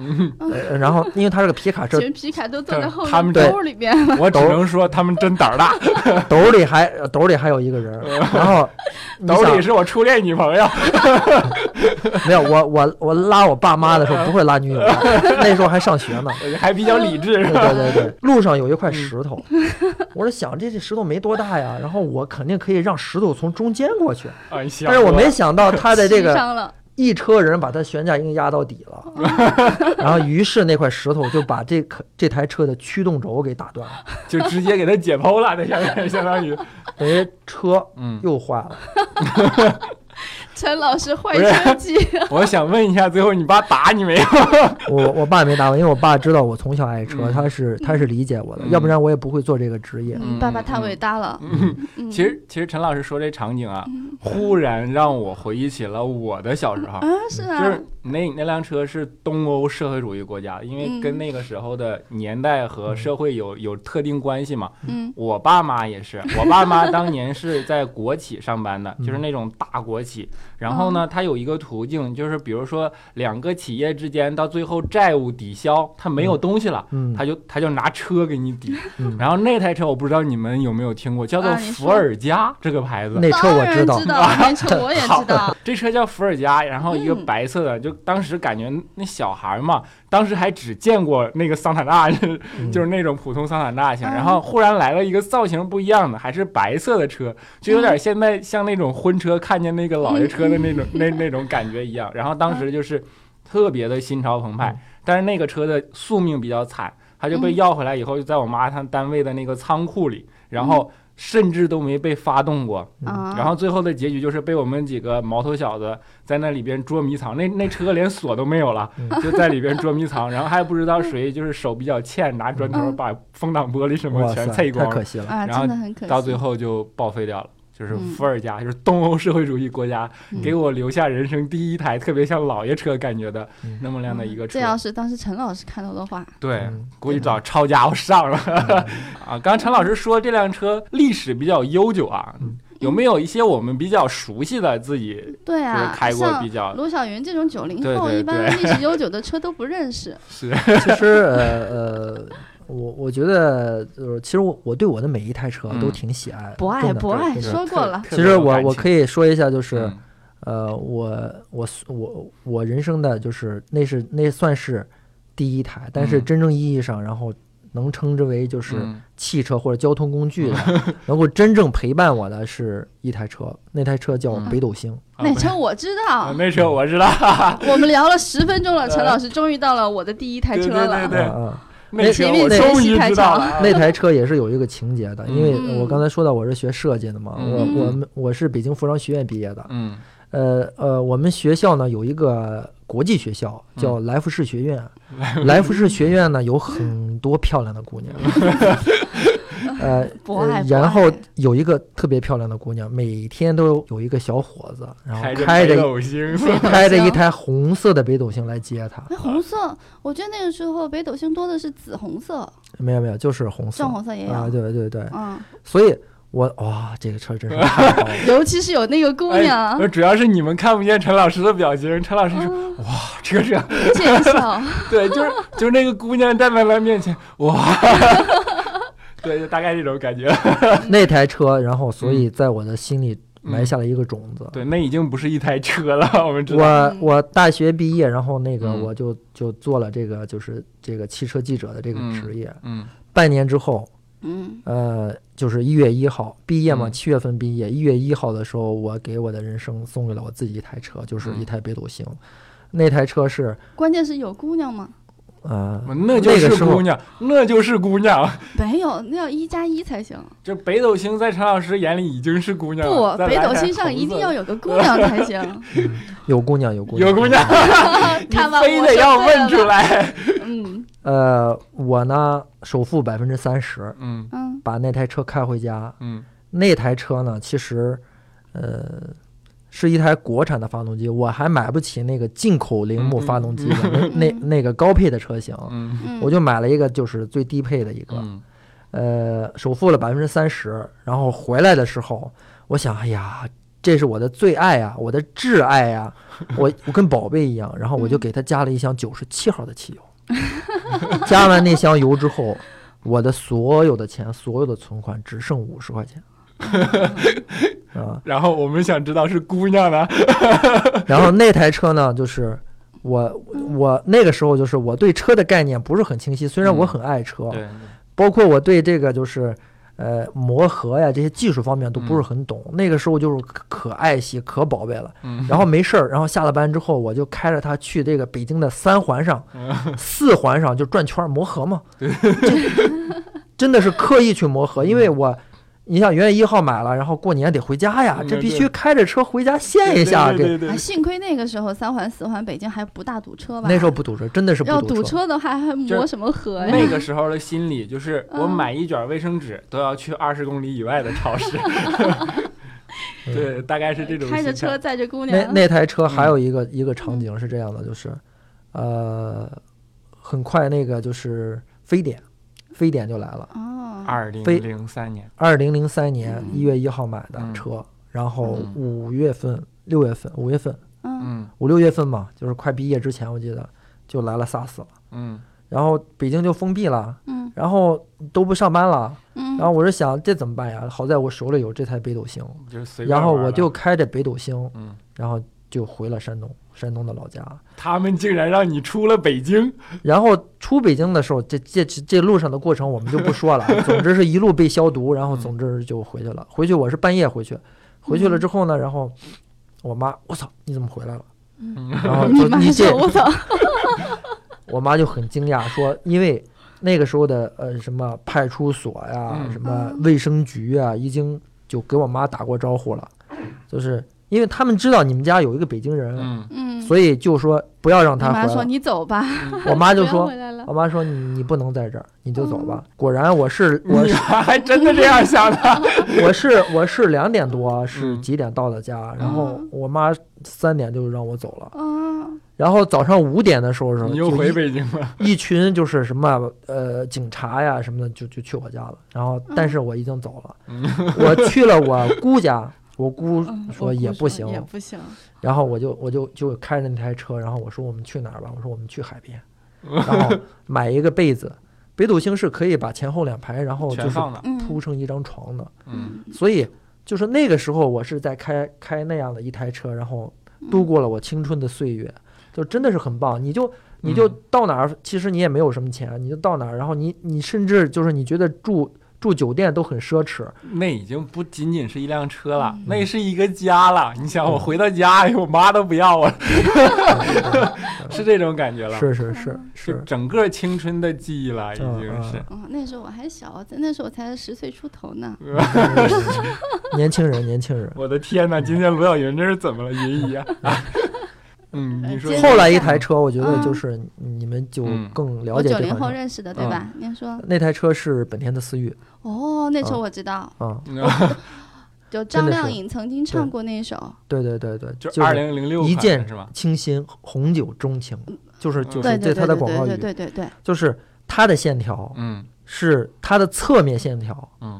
S4: 呃，然后因为它是个皮卡车，
S2: 全皮卡都坐在后
S1: 他们
S2: 面
S4: 对
S2: 兜里面，
S1: 我只能说他们真胆儿大，
S4: 兜里还呃兜里还有一个人，然后你
S1: 嗯 兜
S4: 想
S1: 里是我初恋女 朋友。
S4: 没有，我我我拉我爸妈的时候不会拉女 友的，那时候还上学呢。
S1: 还比较理智，
S4: 对
S1: 是吧？
S4: 对对对，路上有一块石头，
S1: 嗯
S4: 我是想这这石头没多大呀，然后我肯定可以让石头从中间过去，
S1: 啊，你想
S4: 但是我没想 到他的这
S2: 骑
S4: 个
S2: 上了，
S4: 一车人把他悬架已经压到底了，然后于是那块石头就把这可这台车的驱动轴给打断了，
S1: 就直接给他解剖了， 那相当于相当于，
S4: 等于车
S1: 嗯，
S4: 又坏了。
S2: 陈老师坏
S1: 不是
S2: 车 技，
S1: 我想问一下，最后你爸打你没有？
S4: 我我爸没打我，因为我爸知道我从小爱车，
S1: 嗯
S4: 他是他是理解我的，
S1: 嗯
S4: 要不然我也不会做这个职业。
S2: 嗯爸爸太伟大了，
S1: 嗯，
S2: 嗯
S1: 其实其实陈老师说这场景啊，忽然让我回忆起了我的小时候。
S2: 啊，是
S1: 就
S2: 啊
S1: 是，那那辆车是东欧社会主义国家的，因为跟
S2: 嗯
S1: 那个时候的年代
S4: 嗯
S1: 和社会有有特定关系嘛。
S2: 嗯
S1: 我爸妈也是，我爸妈当年是在国企上班的，
S4: 嗯
S1: 就是那种大国企。然
S2: 嗯
S1: 后呢，他有一个途径，就是比如说两个企业之间到最后债务抵消，他没有东西了。
S4: 嗯，
S1: 他就他就拿车给你抵，
S4: 嗯
S1: 然后那台车我不知道你们有没有听过，叫做
S2: 啊你
S1: 伏
S2: 说
S1: 尔加这个牌子。
S4: 那车我
S2: 当然
S4: 知道，
S2: 那 车我也知道。啊
S1: 这车叫伏尔加，然后一个
S2: 嗯
S1: 白色的，就当时感觉那小孩嘛，当时还只见过那个桑塔纳，
S4: 嗯
S1: 就是那种普通桑塔纳型，
S2: 嗯
S1: 然后忽然来了一个造型不一样的，还是白色的车，就有点现在像那种婚车看见那个老爷车的那种、
S2: 嗯
S1: 那 那种感觉一样。然后当时就是特别的心潮澎湃
S4: 嗯，
S1: 但是那个车的宿命比较惨，它就被
S2: 嗯
S1: 要回来以后，就在我妈她单位的那个仓库里，然后
S2: 嗯
S1: 甚至都没被发动过。
S4: 嗯
S2: 啊，
S1: 然后最后的结局就是被我们几个毛头小子在那里边捉迷藏，那那车连锁都没有了，
S4: 嗯
S1: 就在里边捉迷藏，然后还不知道谁 就是手比较欠，拿砖头
S2: 嗯
S1: 把风挡玻璃什么
S4: 哇
S1: 全
S4: 塞，
S1: 碎
S4: 太
S1: 光
S4: 可
S1: 了，
S4: 惜了。
S2: 啊，
S1: 然后
S2: 真的很可惜。
S1: 到最后就报废掉了。就是
S2: 嗯
S1: 伏尔加，就是东欧社会主义国家，
S2: 嗯
S1: 给我留下人生第一台特别像老爷车感觉的
S4: 嗯
S1: 那么
S2: 这
S1: 样的一个车
S2: 这。要是当时陈老师看到的话，
S1: 对，
S4: 嗯
S1: 估计找抄家伙上了 啊！刚刚陈老师说这辆车历史比较悠久啊
S4: 嗯，
S1: 有没有一些我们比较熟悉的自己
S2: 对
S1: 就是
S2: 啊，
S1: 开过
S2: 像
S1: 比较
S2: 罗小云这种九零
S1: 对
S2: 后，
S1: 对
S2: 一般 历史悠久的车都不认识。
S1: 是
S4: 其实呃呃，我我觉得就是，其实我我对我的每一台车都
S1: 嗯
S4: 挺喜爱，
S2: 不爱
S4: 真的
S2: 不爱，
S1: 对
S2: 说过了。
S4: 其实我我
S1: 以
S4: 可以说一下，就是、
S1: 嗯
S4: 呃，我我我我人生的就是那是那算是第一台，但是
S1: 嗯
S4: 真正意义上，然后能称之为就是
S1: 嗯
S4: 汽车或者交通工具的， 能够真正陪伴我的是一台车，那台车叫
S1: 嗯
S4: 北斗星。
S1: 啊
S2: 那
S1: 不
S2: 车我知道
S1: 啊，那车我知道，
S2: 我们聊了十分钟了，陈
S1: 呃
S2: 老师终于到了我的第一台
S1: 对
S2: 车
S1: 对对
S2: 了。
S1: 对
S4: 嗯嗯，
S1: 那车我
S2: 那
S1: 终于知道了。
S4: 那台车也是有一个情节的，因为
S2: 嗯
S4: 我刚才说到我是学设计的嘛，
S1: 嗯
S4: 我我们我是北京服装学院毕业的，
S1: 嗯
S4: 呃呃，我们学校呢有一个国际学校叫莱福士学院，莱福士学院呢有很多漂亮的姑娘，
S2: 不爱
S4: 呃，呃
S2: 不
S4: 然
S2: 爱
S4: 后有一个特别漂亮的姑娘，每天都有一个小伙子，嗯然后
S1: 开
S4: 开
S1: 着
S4: 着
S1: 北
S4: 一
S1: 斗星，
S4: 开着一台红色的北斗星来接她，
S2: 那哎红色，我觉得那个时候北斗星多的是紫红色，
S4: 没有没有，就是红色
S2: 正红色也
S4: 啊，
S2: 有，
S4: 对对对，
S2: 嗯，
S4: 所以我哇，这个车真是太好了。
S2: 尤其是有那个姑娘
S1: 哎，不是主要是你们看不见陈老师的表情，陈老师说
S2: 嗯，：“
S1: 哇，这个车，
S2: 见笑，
S1: 对，就是就是那个姑娘站在他面前， 哇， 对，就大概这种感觉。
S4: 那台车，然后所以在我的心里埋下了一个种子。
S1: 嗯对，那已经不是一台车了，我们知道。
S4: 我
S2: 嗯
S4: 我大学毕业，然后那个
S1: 嗯
S4: 我就就做了这个就是这个汽车记者的这个
S1: 嗯
S4: 职业。
S1: 嗯
S4: 半年之后，
S2: 嗯，
S4: 呃，就是一月一号毕业嘛，
S1: 嗯
S4: 七月份毕业，一月一号的时候，我给我的人生送给了我自己一台车，就是
S1: 嗯
S4: 一台北斗星。那台车是
S2: 关键是有姑娘吗？
S4: 呃，
S1: 哦那就
S4: 那个
S1: 是
S4: 时候
S1: 姑娘，那就是姑娘。
S2: 没有，那要一加一才行。
S1: 这北斗星在陈老师眼里已经是姑娘
S2: 不
S1: 了，，啊再
S2: 北
S1: 来
S2: 斗
S1: 台
S2: 星上
S1: 红
S2: 一
S1: 色
S2: 定
S1: 的
S2: 要有个姑娘才行。
S4: 有姑娘，有姑 娘，
S1: 有姑娘， 你
S2: 看吧，
S1: 非
S2: 我
S1: 得
S2: 说
S1: 要
S2: 对
S1: 问出
S2: 了。
S1: 来。
S2: 嗯
S4: 呃，我呢首付百分之三十，
S1: 嗯
S2: 嗯，
S4: 把那台车开回家，
S1: 嗯
S4: 那台车呢，其实，呃，是一台国产的发动机，我还买不起那个进口铃木发动机的、那那
S2: 嗯
S4: 那个高配的车型，
S1: 嗯
S2: 嗯
S4: 我就买了一个就是最低配的一个，
S1: 嗯
S4: 呃，首付了百分之三十，然后回来的时候，我想，哎呀。这是我的最爱啊，我的挚爱啊，我我跟宝贝一样，然后我就
S2: 嗯
S4: 给它加了一箱九十七号的汽油， 加完那箱油之后，我的所有的钱，所有的存款只剩五十块钱，啊，
S1: 然后我们想知道是姑娘呢，
S4: 然后那台车呢，就是我我那个时候就是我对车的概念不是很清晰，虽然我很爱车，
S1: 对，
S4: 包括我对这个就是呃磨合呀这些技术方面都不
S1: 嗯
S4: 是很懂。那个时候就是可可爱惜、可宝贝了。
S1: 嗯
S4: 然后没事儿，然后下了班之后，我就开着它去这个北京的三环上、
S1: 嗯
S4: 四环上就转圈儿磨 合嘛，这真的是刻意去磨合，因为我。你像元月一号买了，然后过年得回家呀，
S1: 嗯
S4: 这必
S1: 对
S4: 须开着车回家现一下。这
S1: 对对对哎
S2: 啊，幸亏那个时候三环四环北京还不大堵车吧？
S4: 那时候不堵车，真的是不
S2: 要
S4: 堵
S2: 堵。车的话，还磨什么河呀？
S1: 那个时候的心理
S2: 嗯
S1: 就是，我买一卷卫生纸都要去二十公里以外的超市，
S4: 嗯
S1: 对，大概是这种
S2: 开着
S1: 心态，
S2: 车载着姑
S4: 那
S2: 娘，
S4: 那台车
S1: 嗯
S4: 还有一个、一个场景是这样的，就是，呃，很快那个就是非典，非典就来了。
S2: 哦，
S1: 二零
S4: 非
S1: 零三年，
S4: 二零零三年
S2: 嗯
S4: 一月一号买的
S1: 嗯
S4: 车，然后
S1: 嗯
S4: 五月份、六月份、五月份、
S2: 嗯
S1: 嗯
S4: 五六月份嘛，就是快毕业之前，我记得就来了 SARS 了，
S1: 嗯
S4: 然后北京就封闭了，
S2: 嗯
S4: 然后都不上班了，
S2: 嗯，
S4: 然后我是想这怎么办呀？好在我手里有这台北斗星，
S1: 嗯就是随便
S4: 然后
S1: 玩
S4: 我
S1: 了
S4: 就开着北斗星，
S1: 嗯，
S4: 然后就回了山东，山东的老家。
S1: 他们竟然让你出了北京，
S4: 然后出北京的时候，这这这这路上的过程我们就不说 了啊。总之是一路被消毒，
S2: 嗯
S4: 然后总之就回去了。回去我是半夜回去，回去了之后呢，然后我妈，我操，你怎么回来 了？
S1: 嗯
S4: 然后
S2: 嗯你
S4: 就
S2: 妈
S4: 你这
S2: 说，， 我操，
S4: 我妈就很惊讶说，因为那个时候的呃什么派出所呀、
S1: 嗯
S4: 什么卫生局啊，已经就给我妈打过招呼了，就是因为他们知道你们家有一个北京人，
S1: 嗯，
S2: 嗯，
S4: 所以就说不要让
S2: 你
S4: 他回来
S2: 妈
S4: 了
S2: 说。你走吧，
S4: 我妈就
S2: 不要
S4: 说哦
S2: 回。来了
S4: 我妈说你你不能在这儿，你就走
S2: 哦
S4: 吧。果然我 是我
S1: 你
S4: 是
S1: 还真的这样想的，
S4: 我是我是两点多啊是
S1: 嗯
S4: 几点到的家，然后
S2: 嗯
S4: 我妈三点就让我走了，
S2: 哦，
S4: 然后早上五点的时候是
S1: 你又
S4: 就
S1: 回
S4: 一
S1: 北京了，
S4: 一群就是什么呃警察呀什么的就就去我家了，然后
S2: 嗯
S4: 但是我已经走了，
S1: 嗯
S4: 我去了我姑家，我姑
S2: 嗯我
S4: 说
S2: 姑
S4: 也不
S2: 说
S4: 行，
S2: 也不行，
S4: 然后我就我就就开着那台车，然后我说我们去哪儿吧？我说我们去海 边，然后买一个被子。北斗星是可以把前后两排，然后就
S1: 全
S4: 是
S1: 放了，
S2: 嗯，
S4: 铺成一张床的。
S1: 嗯
S4: 所以就是那个时候，我是在开开那样的一台车，然后度过了我青春的岁月，就真的是很棒。你就你就
S1: 嗯
S4: 到哪儿，其实你也没有什么钱，你就到哪儿，然后你你甚至就是你觉得住住酒店都很奢 侈，
S1: 那已经不仅仅是一辆车了
S2: 嗯，
S1: 那是一个家了。你想，我回到家，哎呦我妈都不要我了，是这种感觉了，
S4: 是是是，
S1: 就是 整个青春的记忆了，已
S4: 嗯
S1: 经是。
S2: 哦，那时候我还小，那时候我才十岁出头呢。
S4: 年轻人年轻人。
S1: 我的天哪，今天罗小云这是怎么了，云姨啊？嗯，你说
S2: 接着
S4: 后来一台车，我觉得就是你们就
S1: 嗯
S4: 更了
S2: 嗯我
S4: 解
S2: 九
S4: 这嗯
S2: 零后
S4: 款车。
S2: 认识的，对吧？您说，
S4: 那台车是本田的思域
S2: 哦，那时候我知道，
S4: 啊，
S2: 就张
S4: 真的是
S2: 靓颖曾经唱过那首，
S4: 对对对对，
S1: 就是二零零六
S4: 一见
S1: 是吧？
S4: 清新红酒钟情，就是
S2: 嗯
S4: 就
S2: 对
S4: 是
S2: 对对
S4: 这它的
S2: 对
S4: 广告
S2: 对
S4: 语，
S2: 对对对，
S4: 就是它的线条
S1: 嗯
S4: 是它的侧面线条。
S1: 嗯，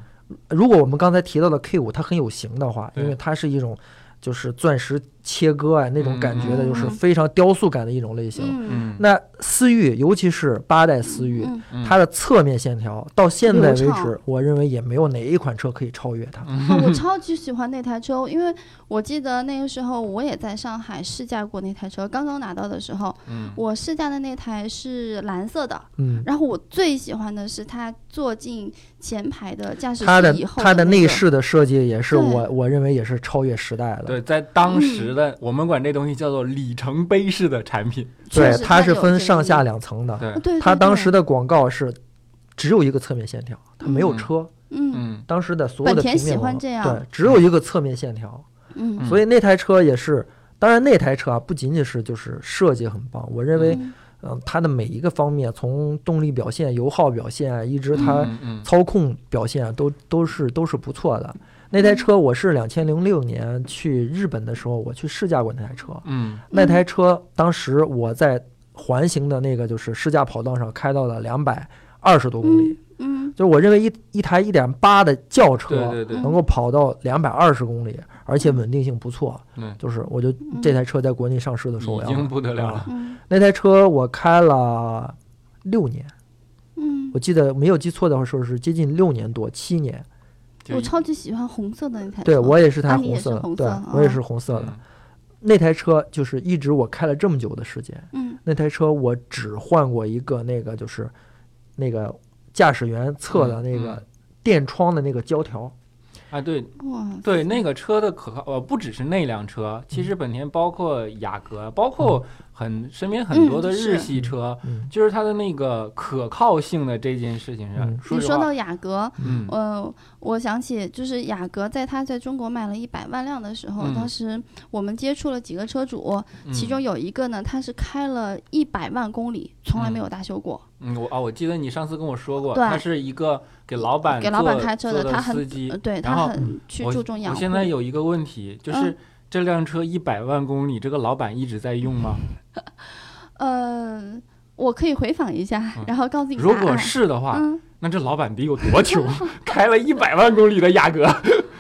S4: 如果我们刚才提到的 K 五，它很有型的话，
S1: 对
S4: 因为它是一种就是钻石切割啊那种感觉的，
S2: 嗯
S4: 就是
S2: 嗯
S4: 非常雕塑感的一种类型。
S2: 嗯
S1: 嗯，
S4: 那思域，尤其是八代思域，
S2: 嗯，
S1: 嗯
S4: 它的侧面线条到现在为
S2: 流畅
S4: 止，我认为也没有哪一款车可以超越
S1: 嗯
S4: 它。嗯
S2: 啊 我超级喜欢那台车，因为我记得那个时候我也在上海试驾过那台车，刚刚拿到的时候，
S1: 嗯
S2: 我试驾的那台是蓝色的，
S4: 嗯，
S2: 然后我最喜欢的是它坐进前排的驾驶
S4: 它的
S2: 室以后
S4: 它
S2: 的
S4: 的
S2: 那
S4: 内
S2: 个，
S4: 饰的设计也是
S2: 对
S4: 我我认为也是超越时代的。
S1: 对，在当时的我们管这东西叫做里程碑式的产品，
S2: 确
S4: 对，
S2: 实
S4: 它
S2: 它
S4: 是
S2: 有这
S4: 分
S2: 个
S4: 上
S2: 意
S4: 下
S2: 义
S4: 两层的。
S1: 对，
S2: 对，
S4: 它
S2: 对
S4: 当
S2: 对
S4: 时的广告是只有一个侧面线条，它没有
S1: 嗯
S4: 车。
S2: 嗯
S1: 嗯
S4: 当时的所有的
S2: 本田
S4: 平面
S2: 喜欢
S4: 广告
S2: 这样
S4: 对，只有一个侧面线条。
S2: 嗯，
S4: 所以那台车也是，当然那台车啊，不仅仅是就是设计很棒，我认为，
S2: 嗯
S4: 嗯，它的每一个方面，从动力表现、油耗表现啊，一直它。
S1: 嗯嗯
S4: 操控表现啊都都是都是不错的。那台车我是两千零六年去日本的时候，我去试驾过那台车。
S1: 嗯
S4: 那台车当时我在环形的那个就是试驾跑道上开到了两百二十多公里，
S2: 嗯
S4: 就是我认为一一台一点八的
S1: 对
S4: 轿车
S1: 对对，
S2: 嗯
S4: 能够跑到两百二十公里，而且稳定性不错。
S1: 嗯
S4: 就是我就这台车在国内上市的时候，我
S1: 已
S4: 要
S1: 经不得了了，
S2: 嗯
S4: 那台车我开了六年，
S2: 嗯
S4: 我，记得没有记错的话，说是接近六年多七年。
S1: 就
S2: 我超级喜欢红色的那台车，
S4: 对我也是台
S2: 啊你
S4: 红
S2: 也是
S4: 色的，
S2: 红
S4: 对
S2: 色
S4: 我也
S2: 哦
S4: 是红色的。
S1: 嗯
S4: 那台车就是一直我开了这么久的时间，
S2: 嗯
S4: 那台车我只换过一个那个就是那个驾驶员侧的那
S1: 嗯
S4: 个电窗的那个胶条，
S1: 啊，对
S2: 哇嗯
S1: 对，那个车的可靠，呃，不只是那辆车，其实本田包括雅阁，包括很身边很多
S2: 嗯
S1: 的日
S2: 是
S1: 系车，
S4: 嗯
S1: 就是它的那个可靠性的这件事情上，
S4: 嗯
S1: 说
S2: 你
S1: 实
S2: 说
S1: 话，
S2: 到雅阁，
S1: 嗯
S2: 呃，我想起就是雅阁在它在中国卖了一百万辆的时候，
S1: 嗯
S2: 当时我们接触了几个车主，
S1: 嗯
S2: 其中有一个呢，他是开了一百万公里，从来没有大修过。
S1: 嗯，我啊，我记得你上次跟我说过，
S2: 对
S1: 他是一个给老板
S2: 给老板
S1: 做
S2: 开车的
S1: 做的
S2: 他很
S1: 司机
S2: 呃。对
S1: 然后
S2: 他很去注重养
S1: 我
S2: 护。
S1: 现在有一个问题，就是
S2: 嗯
S1: 这辆车一百万公里，这个老板一直在用吗？
S2: 呃，我可以回访 一下，
S1: 嗯
S2: 然后告诉你答
S1: 如
S2: 案。
S1: 果是的话，
S2: 嗯，
S1: 那这老板得有多穷？ 开了一百万公里的雅阁，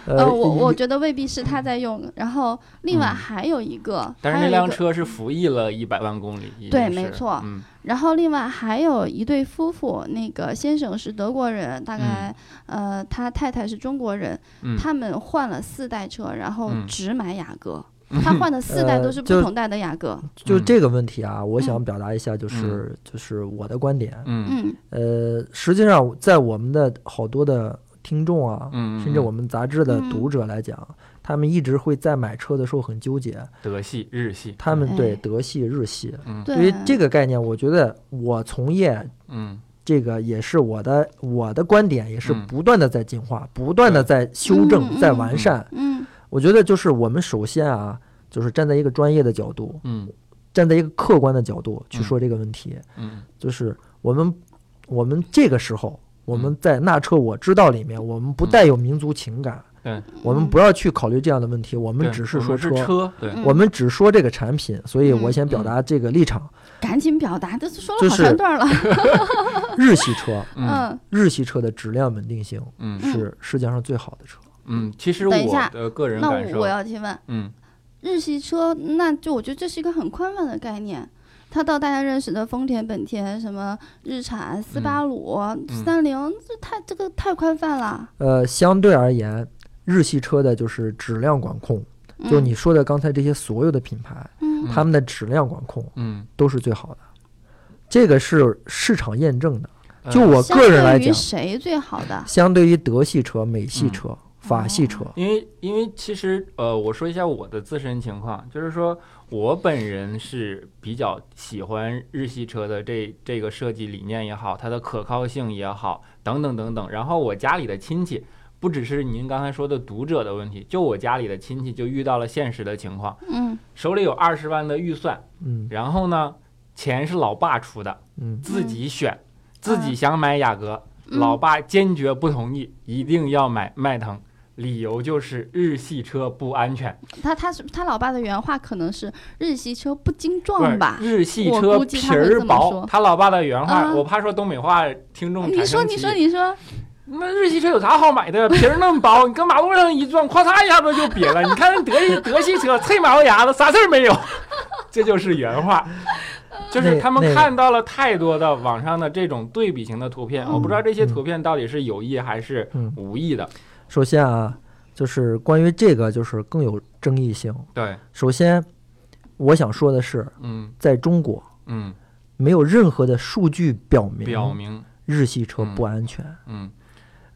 S2: 呃，
S4: 呃，
S2: 我
S4: 一
S2: 我觉得未必是他在用。然后另外
S1: 嗯
S2: 还有一个，
S1: 但是
S2: 还有
S1: 那
S2: 一
S1: 辆
S2: 个
S1: 车是服役了一百万公里，已经
S2: 对
S1: 是
S2: 没错
S1: 嗯
S2: 然后另外还有一对夫妇，那个先生是德国人，大概、呃他太太是中国人，
S1: 嗯，
S2: 他们换了四代车，然后
S1: 嗯
S2: 只买雅阁。他换的四代
S4: 呃
S2: 都是不
S4: 就
S2: 同代的雅阁，
S4: 就
S1: 嗯
S4: 这个问题啊，我想表达一下，就是就是我的观点。
S1: 嗯
S2: 嗯
S4: 呃，实际上在我们的好多的听众啊，
S1: 嗯，
S4: 甚至我
S1: 们
S4: 们杂志的
S2: 嗯
S4: 读者来讲，他们一直会在买车的时候很纠结，
S1: 德系、日系，
S4: 他们对
S2: 哎
S4: 德系、日系。
S1: 嗯
S2: 对
S4: 对于这个概念，我觉得我从业
S1: 嗯
S4: 这个也是我的我的观点，也是
S1: 嗯
S4: 不断的在进化，不断的在修正、
S2: 嗯
S4: 在
S2: 嗯
S4: 完善。
S2: 嗯
S4: 我觉得就是我们首先啊，就是站在一个专业的角度，
S1: 嗯
S4: 站在一个客观的角度去
S1: 嗯
S4: 说这个问题，
S1: 嗯
S4: 就是我们我们这个时候。我
S1: 嗯
S4: 们在那车我知道里面，我们不带有民族情感，
S1: 嗯，
S4: 我们不要去考虑这样的问题，我
S1: 对
S4: 们只是
S1: 我
S4: 说
S1: 们
S4: 车，
S1: 是车，对，
S2: 嗯
S4: 我们只说这个产品，所以我
S2: 嗯
S4: 想表达这个立场：
S2: 赶紧表达，这说
S4: 就
S2: 了好
S4: 是
S2: 长段了，
S4: 日系车，
S1: 嗯
S4: 日系车的质量稳定性
S1: 嗯
S4: 是世界上最好的车。
S1: 嗯，其实我
S2: 等一下
S1: 的个人
S2: 那
S1: 感受，
S2: 我我要提问，
S1: 嗯
S2: 日系车，那就我觉得这是一个很宽泛的概念。它到大家认识的丰田、本田、什么日产、斯巴鲁、
S1: 嗯
S2: 三菱，这太这个太宽泛了。
S4: 呃，相对而言，日系车的就是质量管控，
S2: 嗯
S4: 就你说的刚才这些所有的品牌，
S2: 嗯
S1: 嗯
S4: 他们的质量管控
S1: 嗯，
S4: 都是最好的，这个是市场验证的。
S1: 呃
S4: 就我
S2: 相
S4: 个人来
S2: 对于
S4: 讲，
S2: 谁最好的？
S4: 相对于德系车、美系车、法系车，
S2: 哦
S1: 因为因为其实呃，我说一下我的自身情况，就是说我本人是比较喜欢日系车的这这个设计理念也好，它的可靠性也好，等等等等。然后我家里的亲戚。不只是您刚才说的读者的问题，就我家里的亲戚就遇到了现实的情况，
S2: 嗯
S1: 手里有二十万的预算，
S4: 嗯
S1: 然后呢，钱是老爸出的，
S4: 嗯，
S1: 自己选，自己想买雅阁，
S2: 嗯
S1: 老爸坚决不同意，一定要买迈腾，理由就是日系车不安全，
S2: 他他是他老爸的原话可能是日系车不经
S1: 不是
S2: 撞吧？
S1: 日系
S2: 我
S1: 车
S2: 估计
S1: 皮
S2: 他会这
S1: 儿
S2: 么
S1: 薄。
S2: 说
S1: 他老爸的原话，
S2: 啊
S1: 我怕说东北话听众
S2: 你
S1: 产
S2: 说
S1: 生
S2: 你
S1: 歧
S2: 说
S1: 义
S2: 你说，
S1: 那日系车有啥好买的？ 皮儿那么薄，你跟马路上一撞，咵嚓一下子就瘪了。你看那德 系德系车，啐马路牙子，啥事儿没有。 这就是原 话，就是
S4: 那
S1: 他
S4: 那
S1: 们
S4: 个
S1: 看到了太多的网上的这种对比型的图片，我不知道这些
S4: 嗯
S1: 图片到底是有意还是
S4: 嗯
S1: 无意的。
S4: 首先啊，就是关于这个，就是更有争议性。
S1: 对，
S4: 首先，我想说的是，
S1: 嗯
S4: 在中国
S1: 嗯，
S4: 没有任何的数据表明
S1: 表明，
S4: 日系车不安全。
S1: 嗯，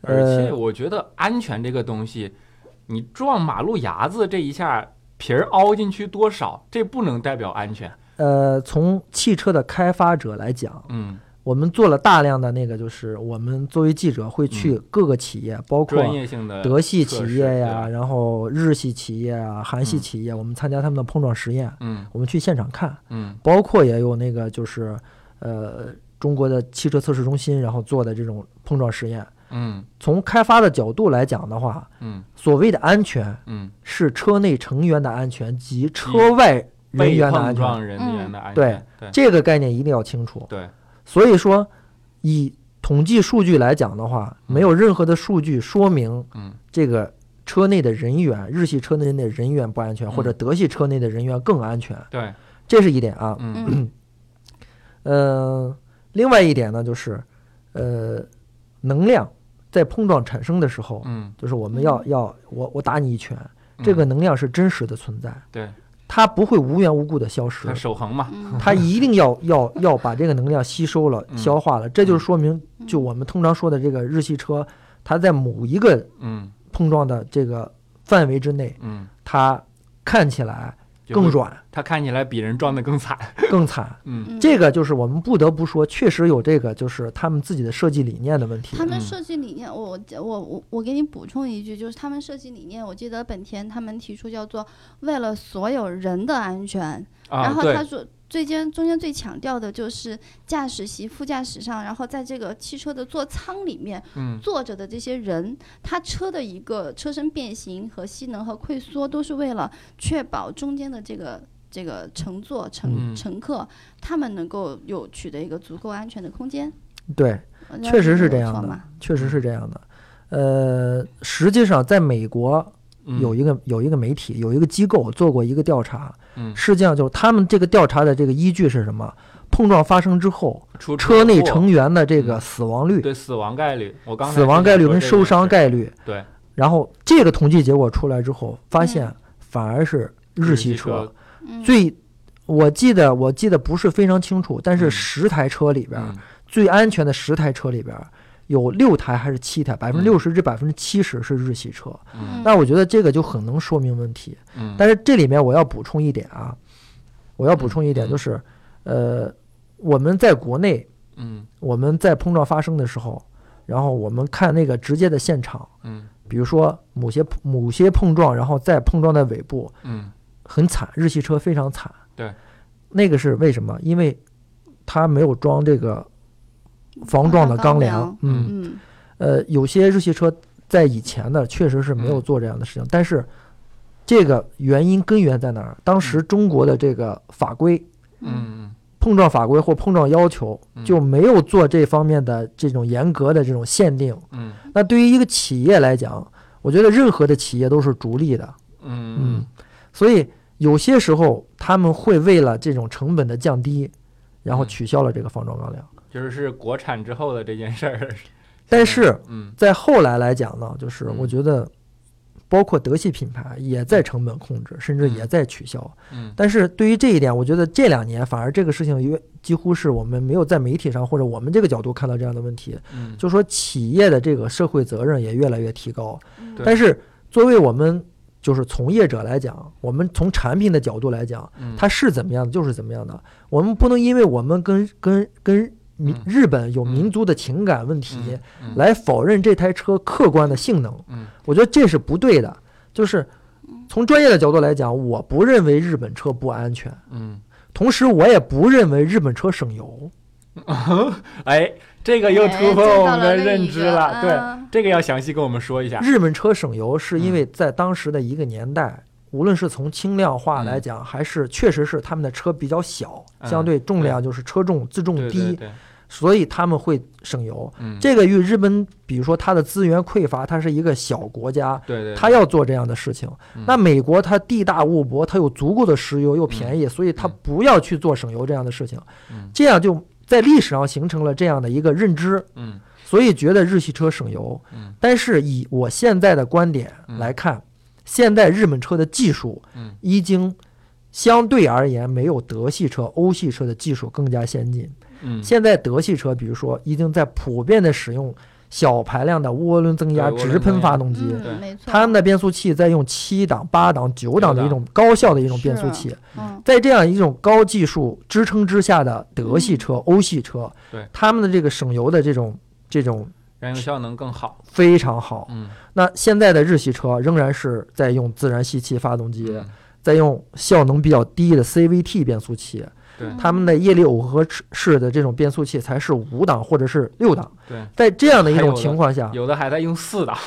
S1: 而且
S4: 呃
S1: 我觉得安全这个东西，你撞马路牙子这一下皮儿凹进去多少，这不能代表安全。
S4: 呃，从汽车的开发者来讲，
S1: 嗯，
S4: 我们做了大量的那个，就是我们作为记者会去各个企业，包括
S1: 嗯专业性的
S4: 德系
S1: 测
S4: 企
S1: 试
S4: 业
S1: 对
S4: 呀、
S1: 吧
S4: 然后日系企业啊、韩系
S1: 嗯
S4: 企业，我们参加他们的碰撞实验，
S1: 嗯
S4: 我们去现场看，
S1: 嗯
S4: 包括也有那个就是呃中国的汽车测试中心，然后做的这种碰撞实验。
S1: 嗯
S4: 从开发的角度来讲的话，
S1: 嗯
S4: 所谓的安全
S1: 嗯，
S4: 是车内成员的安全及车外人
S1: 被
S4: 员的
S1: 碰
S4: 安全，
S1: 撞人员的安全
S4: 对，
S1: 对
S4: 这个概念一定要清楚。
S1: 对，
S4: 所以说，以统计数据来讲的话，
S1: 嗯
S4: 没有任何的数据说明
S1: 嗯
S4: 这个车内的人员，日系车内的人员不安全，
S1: 嗯
S4: 或者德系车内的人员更安全，
S1: 对，
S4: 这是一点啊。
S1: 嗯
S2: 嗯
S4: 嗯、另外一点呢，就是呃，能量在碰撞产生的时候，
S1: 嗯，
S4: 就是我们要要我我打你一拳，
S1: 嗯
S4: 这个能量是真实的存在，
S1: 对，
S4: 它不会无缘无故的消失
S1: 它，守恒嘛，
S2: 嗯
S4: 它一定要 要要把这个能量吸收了、
S1: 嗯
S4: 消化了，这就是说明，就我们通常说的这个日系车，它在某一个
S1: 嗯
S4: 碰撞的这个范围之内，
S1: 嗯
S4: 它看起来
S1: 就
S4: 更
S1: 会，
S4: 软
S1: 他看起来比人撞得更惨。
S4: 更惨。
S1: 嗯
S2: 嗯
S4: 这个就是我们不得不说，确实有这个就是他们自己的设计理念的问题
S2: 他。们
S1: 嗯
S2: 设计理念，我我我我我给你补充一句，就是他们设计理念，我记得本田他们提出叫做为了所有人的安全，然
S1: 啊，
S2: 后他
S1: 对，
S2: 说最间中间最强调的就是驾驶席、副驾驶上，然后在这个汽车的座舱里面
S1: 嗯
S2: 坐着的这些人，他车的一个车身变形和吸能和溃缩，都是为了确保中间的这个。这个乘坐乘
S1: 嗯
S2: 乘客，他们能够有取得一个足够安全的空间，
S4: 对，
S2: 呃
S4: 确实是
S2: 没
S4: 这
S2: 有
S4: 样
S2: 错
S4: 的
S2: 嘛，
S4: 确实
S1: 嗯
S4: 是这样的。呃，实际上在美国
S1: 嗯
S4: 有一个有一个媒体有一个机构做过一个调查，
S1: 嗯
S4: 实际上就是他们这个调查的这个依据是什么？碰撞发生之后，
S1: 嗯出
S4: 车内
S1: 祸
S4: 成员的这
S1: 嗯
S4: 个死亡率、
S1: 对死亡概率，我刚才
S4: 死亡概率
S1: 就
S4: 跟
S1: 想说
S4: 受伤
S1: 这个
S4: 概率。
S1: 对，
S4: 然后这个统计结果出来之后，发现反而是
S1: 事儿
S4: 日系车
S1: 车，
S2: 嗯，
S4: 最。我记得，我记得不是非常清楚，但
S1: 嗯
S4: 是十台车里边，
S1: 嗯
S4: 最安全的十台车里边，有六台还是七台，百分之六十至百分之七十是日系车。
S1: 嗯
S4: 那我觉得这个就很能说明问题。
S1: 嗯，
S4: 但是这里面我要补充一点啊，我要补充一点
S1: 嗯
S4: 就是，呃，我们在国内，
S1: 嗯
S4: 我们在碰撞发生的时候，然后我们看那个直接的现场，
S1: 嗯
S4: 比如说某些某些碰撞，然后再碰撞在尾部，
S1: 嗯
S4: 很惨，日系车非常惨。
S1: 对，
S4: 那个是为什么？因为它没有装这个防撞的钢梁。
S2: 钢
S1: 梁
S4: 嗯，
S2: 嗯，
S4: 呃，有些日系车在以前的确实是没有
S1: 嗯
S4: 做这样的事情，但是这个原因根源在哪儿？当时中国的这个法规。
S1: 嗯
S4: 碰撞法规或碰撞要求
S1: 嗯
S4: 就没有做这方面的这种严格的这种限定。
S1: 嗯
S4: 那对于一个企业来讲，我觉得任何的企业都是逐利的，
S1: 嗯
S4: 所以有些时候他们会为了这种成本的降低，然后
S1: 嗯
S4: 取消了这个防撞钢梁。
S1: 嗯，就是是国产之后的这件事儿。
S4: 但是
S1: 嗯
S4: 在后来来讲呢，就是
S1: 嗯
S4: 我觉得，包括德系品牌也在成本控制，甚至
S1: 嗯
S4: 也在取消。
S1: 嗯
S4: 但是对于这一点，我觉得这两年反而这个事情约几乎是我们没有在媒体上或者我们这个角度看到这样的问题，
S1: 嗯，
S4: 就说企业的这个社会责任也越来越提高。
S2: 嗯
S1: 对
S4: 但是作为我们就是从业者来讲，我们从产品的角度来讲，
S1: 嗯
S4: 它是怎么样的就是怎么样的。我们不能因为我们跟跟跟民
S1: 嗯
S4: 日本有
S1: 嗯
S4: 民族的情感问题，
S1: 嗯嗯
S4: 来否认这台车客观的性能，
S1: 嗯
S4: 我觉得这是不对的。就是从专业的角度来讲，我不认为日本车不安全，
S1: 嗯，
S4: 同时我也不认为日本车省油。
S1: 哎，这个又
S2: 哎
S1: 突破
S2: 见
S1: 我
S2: 到
S1: 们
S2: 了
S1: 的
S2: 另
S1: 认
S2: 一
S1: 知
S2: 个
S1: 了。对，
S2: 啊
S1: 这个要详细跟我们说一下。
S4: 嗯日本车省油是因为
S1: 嗯
S4: 在当时的一个年代，无论是从轻量化来讲，还是确实是他们的车比较小，
S1: 嗯
S4: 相对重量就是车重自重
S1: 对对
S4: 低，
S1: 对，
S4: 所以他们会省油。
S1: 嗯，
S4: 这个与日本，比如说它的资源匮乏，它是一个小国家，
S1: 对对，
S4: 它要做这样的事情。
S1: 嗯
S4: 那美国它地大物博，它有足够的石油又便宜，所以它
S1: 嗯
S4: 不要去做省油这样的事情
S1: 嗯，
S4: 这样就在历史上形成了这样的一个认知，
S1: 嗯
S4: 所以觉得日系车省油
S1: 嗯。
S4: 但是以我现在的观点来看，现在日本车的技术
S1: 嗯
S4: 已经相对而言没有德系车、欧系车的技术更加先进。
S1: 嗯，
S4: 现在德系车，比如说已经在普遍的使用小排量的涡轮增压
S1: 对涡轮
S4: 直
S1: 增
S4: 喷
S1: 压
S4: 发动机。
S1: 对
S2: 嗯，没错，
S4: 他们的变速器在用七档、八档、九档的一种高效的一种变速器，
S1: 啊
S2: 嗯
S4: 在这样一种高技术支撑之下的德系车、欧系车，
S1: 嗯对
S4: 他们的这个省油的这种这种
S1: 燃油效能更好。
S4: 非常好。
S1: 嗯，
S4: 那现在的日系车仍然是在用自然吸气发动机，
S1: 嗯
S4: 在用效能比较低的 CVT 变速器，
S1: 对
S4: 他们的液力耦合式的这种变速器才是五档或者是六档。
S1: 对，
S4: 在这样的一
S1: 还有
S4: 种
S1: 的
S4: 情况下，
S1: 有的还在用四档。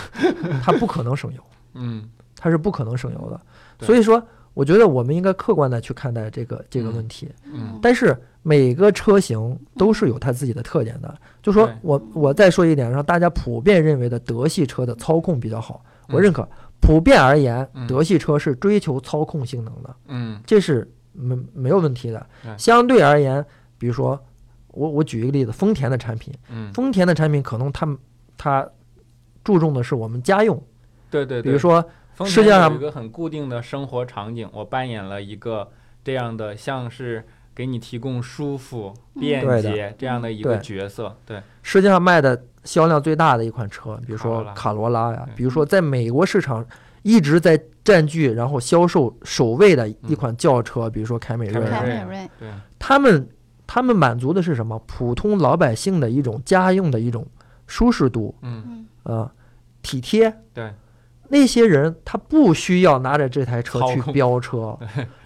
S4: 它不可能省油。
S1: 嗯
S4: 它是不可能省油的。
S1: 对
S4: 所以说，我觉得我们应该客观的去看待这个这个问题。
S1: 嗯
S4: 但是每个车型都是有它自己的特点的。就说
S1: 对
S4: 我我再说一点，让大家普遍认为的德系车的操控比较好，
S1: 嗯
S4: 我认可。普遍而言
S1: 嗯，
S4: 德系车是追求操控性能的，
S1: 嗯
S4: 这是没没有问题的
S1: 对。
S4: 相对而言，比如说我我举一个例子，丰田的产品，
S1: 嗯，
S4: 丰田的产品可能他们它注重的是我们家用，
S1: 对对对，
S4: 比如说
S1: 丰
S4: 世
S1: 田
S4: 界上
S1: 有一个很固定的生活场景，我扮演了一个这样的，像是给你提供舒服、
S2: 嗯
S1: 便
S4: 对的嗯
S1: 捷这样的一个
S4: 对
S1: 角色。对，
S4: 世界上卖的销量最大的一款车，比如
S1: 卡罗
S4: 说
S1: 拉嗯
S4: 卡罗拉呀
S1: 对，
S4: 比如说在美国市场一直在占据然后销售首位的一款轿车，比如说凯美
S1: 嗯凯
S4: 瑞
S1: 美
S2: 凯
S4: 啊，
S1: 瑞
S2: 美瑞，
S1: 对，
S4: 他们他们满足的是什么？普通老百姓的一种家用的一种舒适度
S1: 嗯，
S2: 嗯，
S4: 啊、体贴。
S1: 对，
S4: 那些人他不需要拿着这台车
S1: 操
S4: 去
S1: 控
S4: 飙车，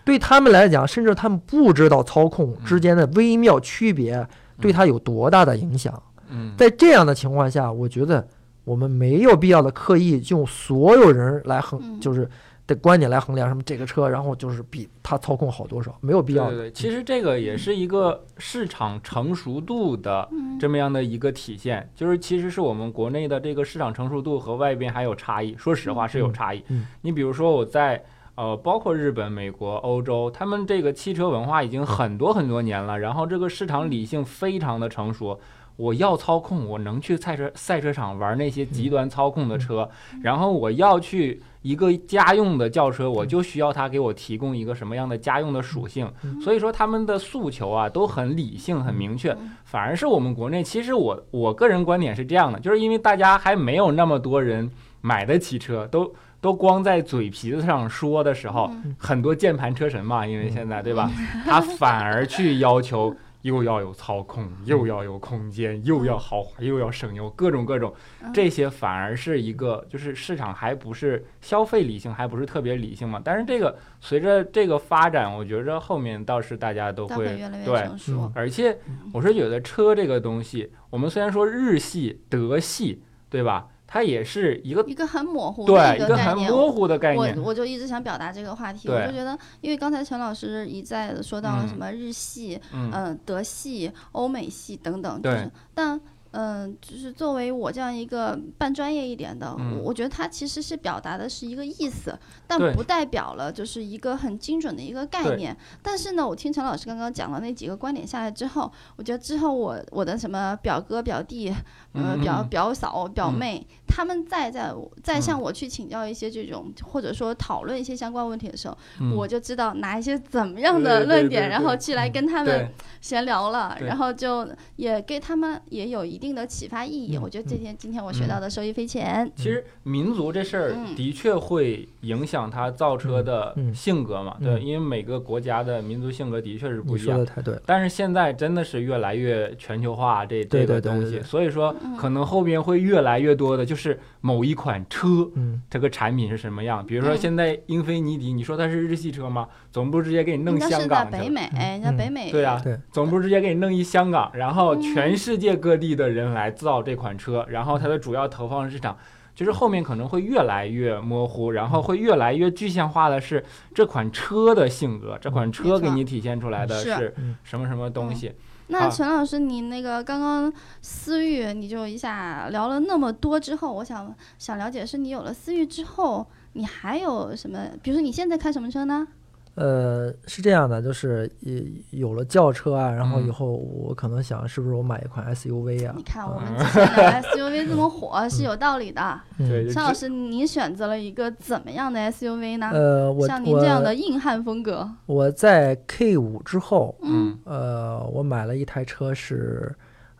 S4: 对他们来讲，甚至他们不知道操控
S1: 嗯
S4: 之间的微妙区别对他有多大的影响。
S1: 嗯，
S4: 在这样的情况下，我觉得我们没有必要的刻意用所有人来衡，
S2: 嗯
S4: 就是的观点来衡量什么这个车，然后就是比它操控好多少，没有必
S1: 对
S4: 要
S1: 对
S4: 的。
S1: 对，其实这个也是一个市场成熟度的
S2: 嗯
S1: 这么样的一个体现，就是其实是我们国内的这个市场成熟度和外边还有差异，说实话是有差异
S4: 嗯。
S1: 你比如说我在。呃，包括日本、美国、欧洲，他们这个汽车文化已经很多很多年了，然后这个市场理性非常的成熟。我要操控，我能去赛车赛车场玩那
S4: 嗯
S1: 些极端操控的车，然后我要去一个家用的轿车，我就需要它给我提供一个什么样的家用的属性。
S4: 嗯
S1: 所以说他们的诉求啊都很理性、很明确，反而是我们国内，其实我我个人观点是这样的，就是因为大家还没有那么多人买得起车，都都光在嘴皮子上说的时候，
S2: 嗯
S1: 很多键盘车神嘛，因为现在对 吧，他反而去要求又要有操控，
S2: 嗯
S1: 又要有空间，又要豪华，又要省油，各种各种，
S2: 嗯
S1: 这些反而是一个就是市场还不是消费理性，还不是特别理性嘛。但是这个随着这个发展，我觉着后面倒是大家都
S2: 倒会
S1: 会
S2: 越来越
S1: 对
S2: 成熟
S4: 嗯，
S1: 而且我是觉得车这个东西，我们虽然说日系、德系，对吧？它也是一个
S2: 一个很模糊的
S1: 对
S2: 一
S1: 一
S2: 个
S1: 个
S2: 概
S1: 很
S2: 念。
S1: 模糊的概
S2: 我呃
S1: 念。
S2: 我就一直想表达这个话题，我
S1: 对
S2: 就觉得，因为刚才陈老师一再的说到了
S1: 嗯
S2: 什么日系、
S1: 嗯
S2: 嗯、德系、欧美系等等，就是
S1: 对，
S2: 但嗯、呃就是作为我这样一个半专业一点的，
S1: 嗯
S2: 我我觉得它其实是表达的是一个意思，但
S1: 对
S2: 不代表了就是一个很精准的一个概
S1: 对
S2: 念。但是呢，我听陈老师刚刚讲了那几个观点下来之后，我觉得之后我我的什么表哥、表弟、呃
S1: 嗯
S2: 表
S1: 嗯
S2: 表嫂、表
S1: 嗯
S2: 妹，他们再在再
S1: 嗯
S2: 向我去请教一些这种或者说讨论一些相关问题的时候，
S1: 嗯
S2: 我就知道拿一些怎么样
S1: 对
S2: 的
S1: 对
S2: 论
S1: 对
S2: 点，
S1: 对嗯
S2: 然后去来跟他们
S1: 对
S2: 闲聊了，
S1: 对
S2: 然后就也给他们也有一定的启发意义。
S4: 嗯
S2: 我觉得
S4: 嗯
S2: 这天今天我学到的受益匪浅。
S1: 其实民族这事儿
S2: 嗯
S1: 的确会影响他造车的
S4: 嗯嗯
S1: 性格嘛，
S4: 嗯
S1: 对，因为每个国家的民族性格的确是不
S4: 你
S1: 一
S4: 说
S1: 样
S4: 的。太对了，
S1: 但是现在真的是越来越全球化这这
S4: 对
S1: 个
S4: 对对
S1: 东
S4: 对
S1: 西，
S4: 对
S1: 所以说
S2: 嗯
S1: 可能后边会越来越多的就是某一款车
S4: 嗯，
S1: 这个产品是什么样。比如说
S2: 嗯
S1: 现在英菲尼迪，你说它是日系车吗？总部直接给你弄
S2: 人家
S1: 香
S2: 是在
S1: 港去
S2: 北
S1: 了。
S2: 美，哎，人家
S4: 嗯
S2: 北美
S1: 对啊，
S4: 对
S1: 总部直接给你弄一香港，然后
S2: 嗯
S1: 全世界各地的人来造这款车，然后它的主要投放市场，就是后面可能会越来越模糊，然后会越来越具象化的是这款车的性格，这款车给你体现出来的
S2: 是
S1: 是
S4: 嗯
S1: 什么什么东西。
S2: 那
S1: 啊
S2: 陈老师，你那个刚刚思域，你就一下聊了那么多之后，我想想了解是你有了思域之后，你还有什么？比如说你现在开什么车呢？
S4: 呃，是这样的，就是呃有了轿车啊，然后
S1: 嗯
S4: 以后我可能想，是不是我买一款 SUV 啊
S2: 你？看我们
S1: 嗯
S2: 之前聊 SUV 这么火是有道理 的。
S4: 嗯
S1: 对，
S2: 陈老师，您选择了一个怎么样的 SUV 呢？
S4: 呃，我
S2: 啊像您这样
S4: 我
S2: 的硬汉风格，
S4: 我在 K 五之后，
S1: 嗯，
S4: 呃，我买了一台车是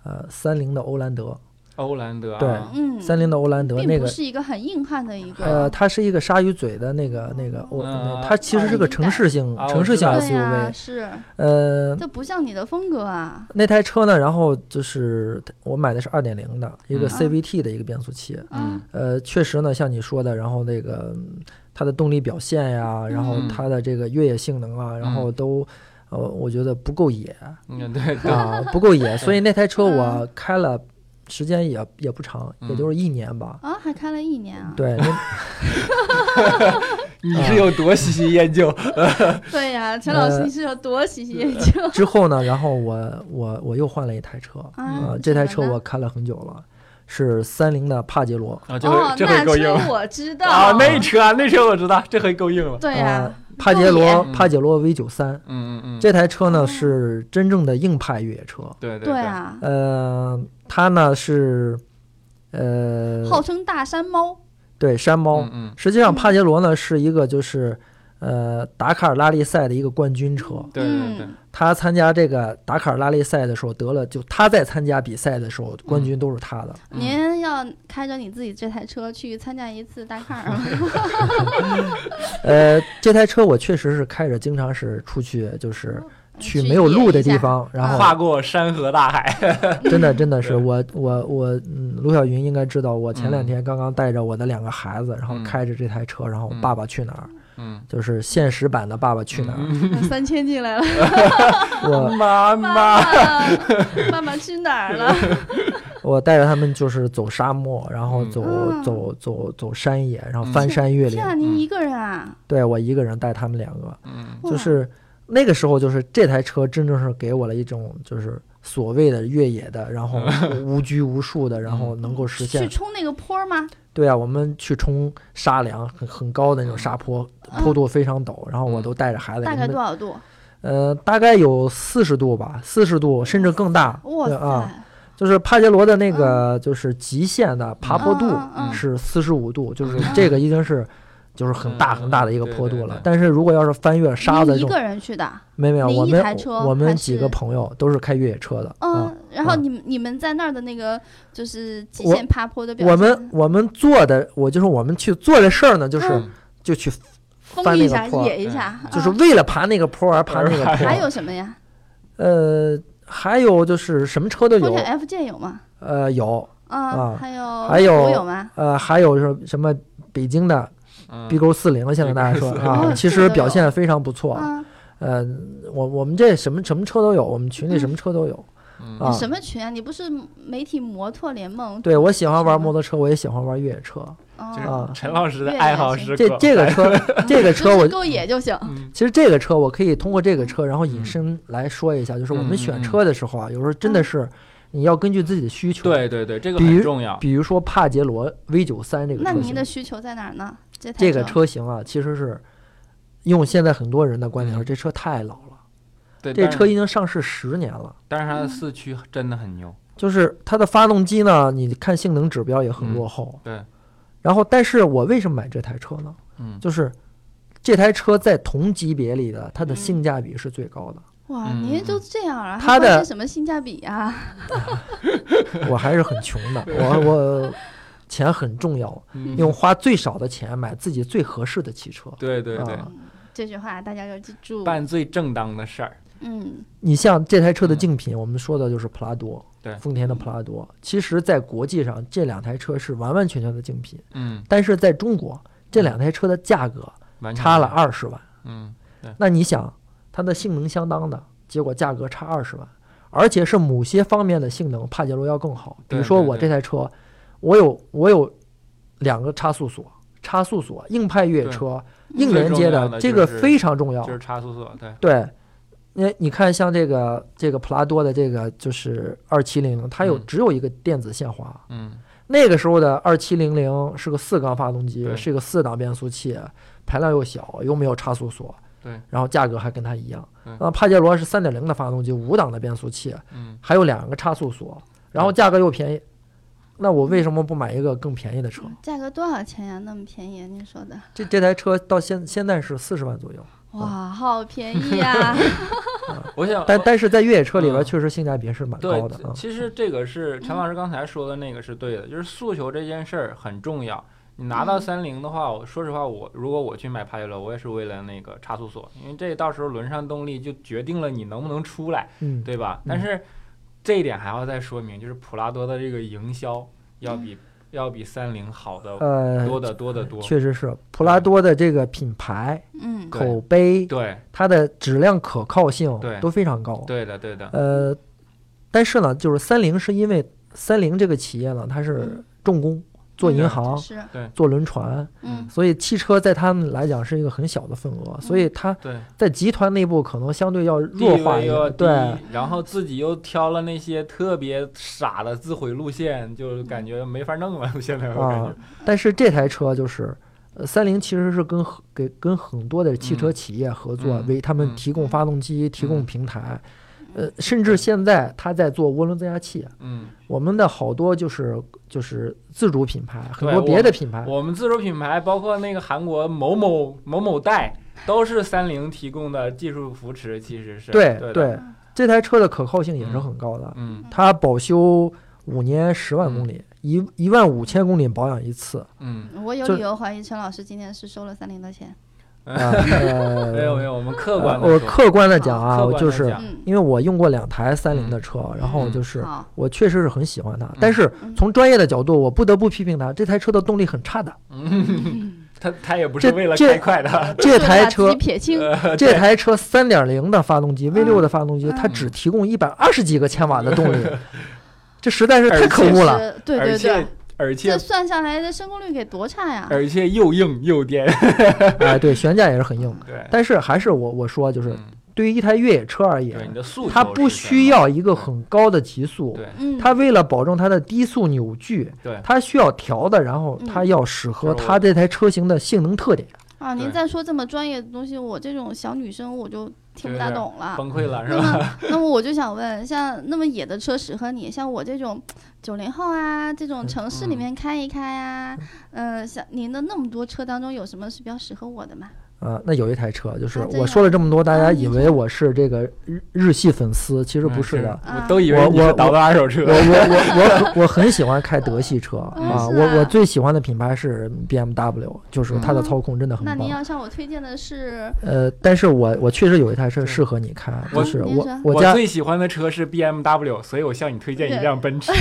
S4: 呃三菱的欧蓝德，
S1: 欧蓝德、啊，
S4: 对
S2: 嗯，
S4: 三菱的欧蓝德那
S2: 并不
S4: 个
S2: 是一个很硬汉的一个，
S4: 呃，它是一个鲨鱼嘴的那个那个，我、
S1: 嗯
S4: 它其实是个城市型、
S1: 啊
S4: 城市型
S1: 我
S2: 哦对
S4: SUV、
S2: 呀、是，
S4: 呃，
S2: 这不像你的风格啊。
S4: 那台车呢，然后就是我买的是二点零的一个
S1: 嗯
S4: CVT 的一个变速器。
S1: 嗯
S2: 啊，
S4: 呃，确实呢，像你说的，然后那个嗯它的动力表现呀，然后
S1: 嗯
S4: 它的这个越野性能啊，然后
S2: 嗯
S4: 都。呃，我觉得不 够野
S1: 嗯，对对，
S4: 啊，不够野，所以那台车我
S2: 嗯
S4: 开了时间也也不长，
S1: 嗯
S4: 也就是一年吧。
S2: 啊，还开了一年啊。
S4: 对，那
S1: 你是有多喜新厌旧？
S2: 对呀、陈老师，
S4: 呃
S2: 你是有多喜新厌旧
S4: 之后呢，然后我我我又换了一台车，
S2: 啊
S4: 啊，？这台
S2: 什
S4: 车
S2: 么
S4: 我
S2: 呢
S4: 开了很久了，是三菱的帕杰罗。
S1: 啊，这
S2: 哦
S1: 回，这回
S2: 那
S1: 够硬了
S2: 车我知道
S1: 啊！那车啊，那车我知道，这回够硬了。
S2: 对呀、
S4: 呃帕杰
S2: 够嗯
S4: 罗
S1: 野
S4: 帕杰罗 V 九三
S1: 嗯嗯嗯，
S4: 这台车
S2: 哦
S4: 呢是真正的硬派越野车，
S1: 对对
S2: 对，啊，
S4: 呃，它呢是呃
S2: 号称大山猫，
S4: 对山猫，
S1: 嗯嗯
S4: 实际上
S2: 嗯
S4: 帕杰罗呢是一个就是呃达喀尔拉力赛的一个冠军车。
S1: 对
S2: 嗯
S1: 对对，
S4: 他参加这个达喀尔拉力赛的时候得了，就他在参加比赛的时候冠军都是他的。
S1: 嗯
S2: 您要开着你自己这台车去参加一次达喀尔吗？嗯
S4: 呃，这台车我确实是开着，经常是出去就是 去
S2: 去
S4: 没有路
S2: 野嗯
S4: 的
S2: 一
S4: 地
S2: 下
S4: 方，然后
S1: 跨过山河大海，
S4: 真的真的是
S1: 对
S4: 我我我，嗯，卢晓云应该知道，我前两
S1: 嗯
S4: 天刚刚带着我的两个孩子，然后
S1: 嗯
S4: 开着这台车，然后
S1: 嗯
S4: 《爸爸去哪儿》
S1: 嗯，
S4: 就是现实版的《爸爸去哪儿》
S2: 三千进来了，
S4: 我
S1: 妈嗯妈，
S2: 妈妈去哪儿了？
S4: 我带着他们就是走沙漠，然后
S1: 嗯
S4: 走、
S2: 嗯
S4: 走走走山野，然后
S1: 嗯
S4: 翻山越岭
S2: 天。啊，您一个人啊？
S4: 对我一个人带他们两个，
S1: 嗯
S2: 哇
S4: 嗯就是那个时候，就是这台车真正是给我了一种就是所谓的越野的，然后无拘无束的，然后能够实现
S2: 去冲那个坡儿吗？
S4: 对啊，我们去冲沙梁，很很高的
S1: 嗯
S4: 那种沙坡，坡度非常陡，然后我都带着孩子，
S2: 嗯大
S4: 给
S2: 概
S4: 他
S2: 多
S4: 们
S2: 少度？
S4: 呃，大概有四十度吧，四十度甚至更大，
S2: 哇
S4: 对啊，
S2: 塞！
S4: 就是帕杰罗的那个就是极限的爬坡度
S2: 嗯嗯嗯
S4: 是四十五度，就是
S1: 嗯
S4: 这个已经是。就是很大
S1: 嗯
S4: 很大的一个
S1: 对
S4: 坡
S1: 对
S4: 度了
S1: 对，
S4: 但是如果要是翻越沙
S2: 您
S4: 子这
S2: 一
S4: 种，
S2: 个人去的？
S4: 没有没有，
S2: 您
S4: 我
S2: 一台
S4: 们
S2: 车
S4: 我
S2: 还
S4: 们几
S2: 是
S4: 个朋友都是开越野车的啊，
S2: 嗯，然后
S4: 啊
S2: 你们你们在那儿的那个就是极
S4: 我
S2: 限爬坡的表
S4: 我
S2: 现，
S4: 们我们做的，我就是我们去做的事儿呢，就是
S2: 嗯
S4: 就去
S2: 疯
S4: 翻那
S2: 一
S4: 个
S2: 下
S4: 坡儿
S2: 野一下，
S4: 就是
S2: 嗯
S4: 为了爬那个坡而爬那个坡。
S2: 还有什么呀？
S4: 呃，还有就是什么车都
S2: 丰
S4: 有
S2: 田，F 剑有吗？
S4: 呃有，
S2: 嗯，
S4: 啊
S2: 还有
S4: 还有
S2: 途有吗？
S4: 呃还有就是什么北京的
S1: 嗯
S4: B 勾四零，现在大家说啊，
S2: 嗯
S4: 其
S2: 这个
S4: 实
S2: 都
S4: 表
S2: 有
S4: 现非常不错。
S2: 嗯，
S4: 呃，我我们这什么什么车都有，我们群里什么车都有
S1: 嗯
S4: 啊
S2: 你。什么群啊？你不是媒体摩托联盟？
S4: 对我喜欢玩
S2: 什么
S4: 摩托车，我也喜欢玩越野车。
S1: 就是
S2: 哦，
S4: 啊
S1: 陈老师的爱好是
S4: 这
S1: 狗
S4: 这个车 这个车
S2: 就是
S4: 我
S2: 够野就行。
S1: 嗯
S4: 其实这个车我可以通过这个车，然后
S1: 嗯
S4: 引申来说一下，就是我
S1: 嗯嗯
S4: 们选
S1: 嗯
S4: 车的时候啊，有时候真的
S2: 嗯
S4: 是你要根据自己的需求。
S1: 对，对对，这个
S4: 比
S1: 很
S4: 如
S1: 重要。
S4: 比如说帕杰罗 V 九三这个车
S2: 那
S4: 型，
S2: 您的需求在哪儿呢？这台
S4: 这个车型啊，其实是用现在很多人的观点说，
S1: 嗯
S4: 这车太老了，
S1: 对，
S4: 这
S1: 但是
S4: 车已经上市十年了。
S1: 但是它的四驱真的很牛。
S4: 就是它的发动机呢，你看性能指标也很落后。
S1: 嗯对。
S4: 然后，但是我为什么买这台车呢？
S1: 嗯，
S4: 就是这台车在同级别里的它的
S2: 嗯
S4: 性价比是最高的。
S2: 哇，
S1: 嗯
S2: 您都这样了，还
S4: 它
S2: 关
S4: 的
S2: 心什么性价比啊？
S1: 嗯
S4: 我还是很穷 的，我我钱很重要，
S1: 嗯
S4: 用花最少的钱买自己最合适的汽车。
S1: 对对对，
S4: 啊
S2: 嗯这句话大家要记住。
S1: 办最正当的事儿。
S2: 嗯，
S4: 你像这台车的
S1: 嗯
S4: 竞品，我们说的就是普拉多，
S1: 对
S4: 丰田的普拉多。其实，在国际上，这两台车是完完全全的竞品，
S1: 嗯，
S4: 但是在中国，这两台车的价格
S1: 完全
S4: 差了
S1: 一样。
S4: 二十万。
S1: 嗯
S4: 那你想，它的性能相当的，结果价格差二十万，而且是某些方面的性能帕杰罗要更好。比
S1: 对
S4: 如说
S1: 对
S4: 我
S1: 对
S4: 这台车，我有我有两个差速锁，差速锁硬派越野
S1: 对
S4: 车
S2: 嗯
S4: 硬连接
S1: 最重要的
S4: 这个
S1: 就是
S4: 非常重要。
S1: 就是差速锁，对，
S4: 对，那你看像这个这个普拉多的这个就是二七零零，它有
S1: 嗯
S4: 只有一个电子限滑。
S1: 嗯，
S4: 那个时候的二七零零是个四缸发动机
S1: 对，
S4: 是一个四档变速器，排量又小，又没有差速锁，
S1: 对，嗯
S4: 然后价格还跟它一样
S1: 对。
S4: 那帕杰罗是三点零的发动机，五档的变速器，
S1: 嗯，
S4: 还有两个差速锁，然后价格又便宜。那我为什么不买一个更便宜的车？
S2: 价格多少钱呀？那么便宜，您说的，
S4: 这这台车到现现在是四十万左右，
S2: 哇，好便宜啊呀！
S1: 我想，
S4: 但但是在越野车里边
S1: 嗯
S4: 确实性价比是蛮
S1: 对
S4: 高的，啊。
S1: 其实这个是陈老师刚才说的那个是对的，就是诉求这件事儿很重要。你拿到
S2: 嗯
S1: 三菱的话，我说实话，我如果我去买帕杰罗，我也是为了那个差速锁，因为这到时候轮上动力就决定了你能不能出来，
S4: 嗯，
S1: 对吧？但
S4: 嗯
S1: 是这一点还要再说明，就是普拉多的这个营销要比要比三菱好的
S4: 呃，
S1: 多得多得多。
S4: 确实是普拉多的这个品牌
S2: 嗯，
S1: 对
S4: 口碑，
S1: 对
S4: 它的质量可靠性
S1: 对
S4: 都非常高。
S1: 对的对的，
S4: 呃，但是呢，就是三菱是因为三菱这个企业呢，它是
S2: 嗯
S4: 重工，做银行、
S2: 是，
S4: 做轮船，
S2: 嗯
S4: 所以汽车在他们来讲是一个很小的份
S1: 嗯
S4: 额，所以它
S1: 对。
S4: 在集团内部可能相对要
S1: 地
S4: 弱化
S1: 位
S4: 一
S1: 又要
S4: 点。
S1: 低
S4: 对，
S1: 然后自己又挑了那些特别傻的自毁路线，就感觉没法弄了。 现在我感觉
S4: 啊，，但是这台车就是。呃，三菱其实是跟很给跟很多的汽车
S1: 嗯
S4: 企业合作，
S1: 嗯
S4: 为他们
S1: 嗯
S4: 提供发动机、
S1: 嗯
S4: 提供平台，呃，甚至现在它在做涡轮增压器，
S1: 嗯，
S4: 我们的好多就是就是自主品牌，很
S1: 对
S4: 多
S1: 嗯我
S4: 别的品牌，
S1: 我们自主品牌包括那个韩国某某某某代，都是三菱提供的技术扶持，其实是
S4: 对
S1: 对的
S4: 对，这台车的可靠性也是很高的，
S1: 嗯
S4: 它保修五年十万公里，一一万五千公里保养一 次。
S1: 嗯，
S2: 我有
S4: 就
S2: 理由怀疑陈老师今天是收了三菱的钱。
S4: 啊呃
S1: 嗯没有没有，我们客观
S4: 呃
S1: 的
S4: 我客观的讲啊，
S1: 客
S4: 我
S1: 观地
S4: 就是
S1: 讲
S2: 嗯，
S4: 因为我用过两台三菱的车，然后
S1: 嗯
S4: 就是
S2: 好，
S4: 我确实是很喜欢它，但是
S2: 嗯
S4: 从专业的角度，我不得不批评它，这台车的动力很差的。
S1: 他他也不是
S4: 这
S1: 为了
S4: 这
S1: 开快的，
S4: 这
S2: 就
S4: 台
S2: 把自
S4: 车
S2: 己撇 清，
S1: 啊
S4: 这台车三点零的发动机，V 六的发动机，它
S1: 嗯
S4: 只提供一百二十几个千瓦的动 力，这实在是
S1: 而
S4: 太可
S1: 且
S4: 恶了。
S2: 是对对对，
S1: 而且
S2: 这
S1: 而且
S2: 算下来的升功率给多差呀！
S1: 而且又硬又 颠，
S4: 哎，对，悬架也是很硬，
S1: 对，
S4: 但是还是我我说就是，
S1: 嗯
S4: 对于一台越野车而
S1: 对
S4: 言
S1: 你，的诉求
S4: 它
S1: 是
S4: 不
S1: 什
S4: 需
S1: 么
S4: 要一个很高的极速，
S1: 对嗯
S2: 嗯，
S4: 它为了保证它的低速扭矩，
S1: 对
S4: 它需要调的，然后它
S2: 嗯
S4: 要适合
S1: 就是我
S4: 它这台车型的性能特点。
S2: 啊，
S1: 对
S2: 您再说这么专业的东西，我这种小女生我就听不大懂了。
S1: 崩溃了是
S2: 那
S1: 吧？
S2: 么，那么我就想问，像那么野的车适合你，像我这种九零后啊，这种城市里面开一开啊，嗯，像您的那么多车当中，有什么是比较适合我的吗？
S4: 啊，那有一台车，就是
S2: 啊这
S4: 我
S2: 样
S4: 说了这么多，大
S2: 啊
S4: 家
S2: 你
S4: 以
S2: 说
S4: 为我是这个日日系粉丝，其实
S1: 嗯
S4: 不是的，
S1: 我都以为
S4: 我
S1: 你
S4: 我
S1: 是倒的二手车
S4: 我，我我我我很喜欢开德系车啊，
S2: 是啊
S4: 我我最喜欢的品牌是 BMW，就是它的
S2: 嗯
S4: 操控真的很
S2: 那您
S4: 棒。
S2: 要向我推荐的是，
S4: 呃，但是我我确实有一台车适合你开，
S1: 我
S4: 就是
S2: 您
S4: 我
S2: 说
S1: 我
S4: 家
S1: 最喜欢的车是 BMW，所以我向你推荐一辆奔驰。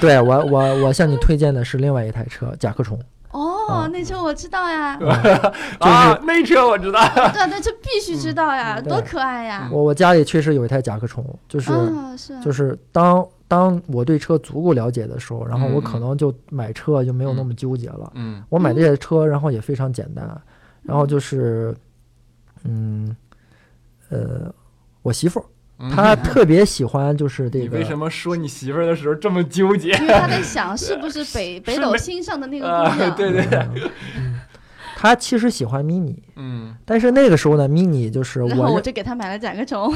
S4: 对我我我向你推荐的是另外一台车甲壳虫，
S2: 哦
S4: 啊，
S2: 那车我知道呀，
S4: 就是
S1: 啊，那车我知道。
S2: 对，那车必须知道呀，
S4: 嗯
S2: 多可爱呀！
S4: 我我家里确实有一台甲壳虫，就是
S2: 啊，是啊，
S4: 就是当当我对车足够了解的时候，然后我可
S1: 嗯嗯
S4: 能就买车就没有那么纠结了。
S1: 嗯
S4: 我买这些车，然后也非常简单，啊然后就是，嗯，呃，我媳妇儿
S1: 嗯
S4: 她特别喜欢就是 这
S1: 你
S4: 个
S1: 为，什么说你媳妇儿的时候这么纠结？
S2: 因为他在想是不是北北斗星 上的那个姑
S1: 啊
S2: 娘，
S1: 对对对，
S4: 嗯她其实喜欢 mini，
S1: 嗯
S4: 但是那个时候呢，mini 就是
S2: 然后我
S4: 我
S2: 就给他买了甲壳虫，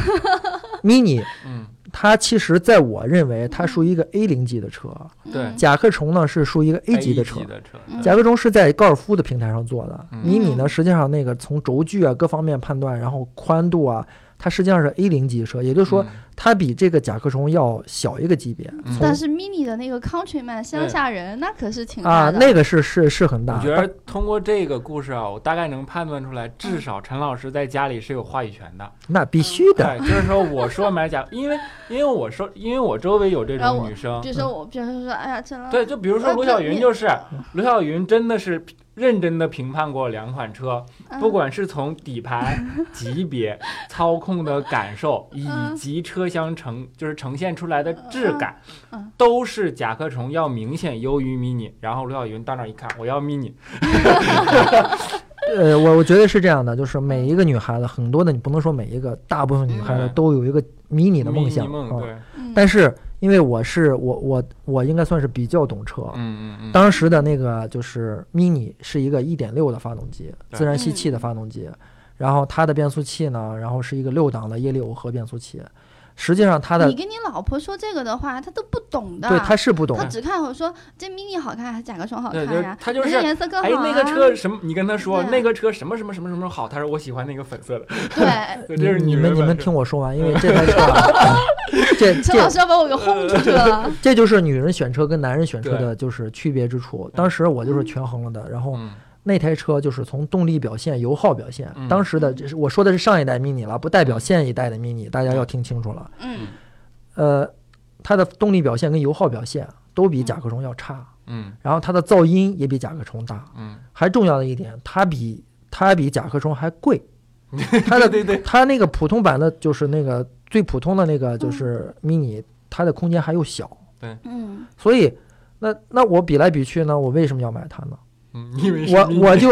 S4: mini，
S1: 嗯
S4: 它其实在我认为它属于一个 A 零级的车，
S1: 对
S2: 嗯
S4: 甲壳虫呢是属于一个 A 级的车
S1: 级。的车，
S2: 嗯
S4: 甲壳虫是在高尔夫的平台上做的
S1: 嗯
S4: ，mini 呢，实际上那个从轴距啊各方面判断，然后宽度啊，它实际上是 A 零级车，也就是说，它比这个甲壳虫要小一个级别
S1: 嗯
S2: 但是 mini 的那个 countryman 乡下人那可是挺
S4: 啊
S2: 大，的，
S4: 那个是是是很
S1: 我
S4: 大
S1: 觉。得通过这个故事啊，我大概能判断出来，至少陈老师在家里是有话语权的。
S4: 那必须的，
S1: 对，就是说我说买假，因为因为我说，因为我周围有这
S2: 然后
S1: 种
S2: 我
S1: 女
S4: 啊
S1: 生
S4: 嗯
S2: 比，如说我，比如说说，哎呀，陈老
S1: 对，就比如说
S2: 啊
S1: 罗
S2: 这
S1: 小云
S2: 你
S1: 就是，罗小云真的是认真的评判过两款车，
S2: 嗯
S1: 不管是从底盘、级 别、操控的感受，以
S2: 嗯
S1: 及车厢呈就是呈现出来的质感
S2: 嗯嗯，
S1: 都是甲壳虫要明显优于 mini。然后罗小云到那儿一看，我要 mini，
S4: 呃，我我觉得是这样的，就是每一个女孩子，很多的你不能说每一个，大部分女孩子
S1: 嗯
S4: 都有一个迷你的梦
S1: mini
S4: 想
S1: 梦
S4: 啊。
S1: 对，
S2: 嗯
S4: 但是因为我是我我我应该算是比较懂车，
S1: 嗯嗯嗯，
S4: 当时的那个就是 mini 是一个1.6的发动机，
S1: 对
S4: 自然吸
S2: 嗯
S4: 气的发动机，然后它的变速器呢，然后是一个六档的液力耦合变速器。实际上它的
S2: 你跟你老婆说这个的话，她都不懂的，
S4: 对它是不懂哎
S2: 她，只看我说这 mini 好看还是甲壳虫好看
S1: 对就是
S2: 呀？
S1: 她就是
S2: 哪个颜色更好
S1: 哎，
S2: 啊？
S1: 那个车什么？你跟他说
S2: 对
S1: 那个车什么什么什么什么好？他说我喜欢那个粉色的。
S2: 对，
S1: 对，
S4: 你
S1: 这是女
S4: 你们
S1: 人
S4: 你们
S1: 版
S4: 听我说完，因 为这台车啊，嗯这
S2: 陈老
S4: 这
S2: 师要把我给轰出去 了。
S4: 这就是女人选车跟男人选车
S1: 对
S4: 的就是区别之处。当时我就是权衡了的，然后
S1: 嗯
S4: 那台车就是从动力表现、油耗表现
S1: 嗯，
S4: 当时的这是我说的是上一代 mini 了，不代表现一代的 mini，大家要听清楚了。
S2: 嗯，
S4: 呃，它的动力表现跟油耗表现都比甲壳虫要差，
S1: 嗯
S4: 然后它的噪音也比甲壳虫大。
S1: 嗯，
S4: 还重要的一点，它比它比甲壳虫还贵。它 的
S1: 对对对，
S4: 它那个普通版的，就是那个最普通的那个，就是 mini，它的空间还又小，
S2: 嗯，
S4: 所以。那那我比来比去呢，我为什么要买它呢？
S1: 嗯，因为是
S4: 我
S1: 迷
S4: 我
S1: 你
S4: 就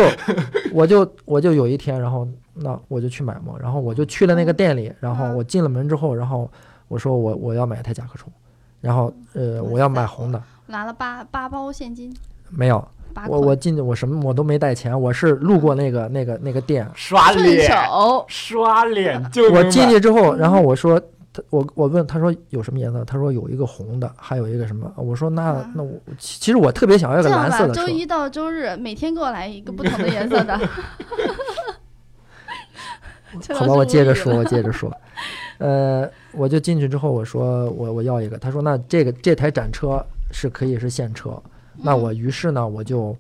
S4: 我就我就有一天，然后那我就去买嘛，然后我就去了那个店里，然后我进了门之后，然后我说我我要买一台甲壳虫，然后呃我要买红的，
S2: 拿了八八包现金，
S4: 没有，
S2: 八
S4: 我
S2: 捆
S4: 我进去我什么我都没带钱，我是路过那个那个那个店，
S1: 刷
S2: 顺
S1: 脸
S2: 手，
S1: 刷脸就
S4: 我
S1: 能
S4: 进
S1: 买
S4: 去之后，然后我说。他我我问他说有什么颜色？他说有一个红的，还有一个什么？我说那
S2: 啊
S4: 那我其其实我特别想要一
S2: 这
S4: 个
S2: 样
S4: 蓝色
S2: 吧，
S4: 的车
S2: 周，一到周日每天给我来一个不同的颜色的。陈
S4: 好
S2: 老
S4: 吧，
S2: 师
S4: 我接着
S2: 无语
S4: 说，
S2: 了
S4: 我接着说。呃，我就进去之后，我说我我要一个，他说那这个这台展车是可以是现车，那
S2: 嗯
S4: 我于是呢我就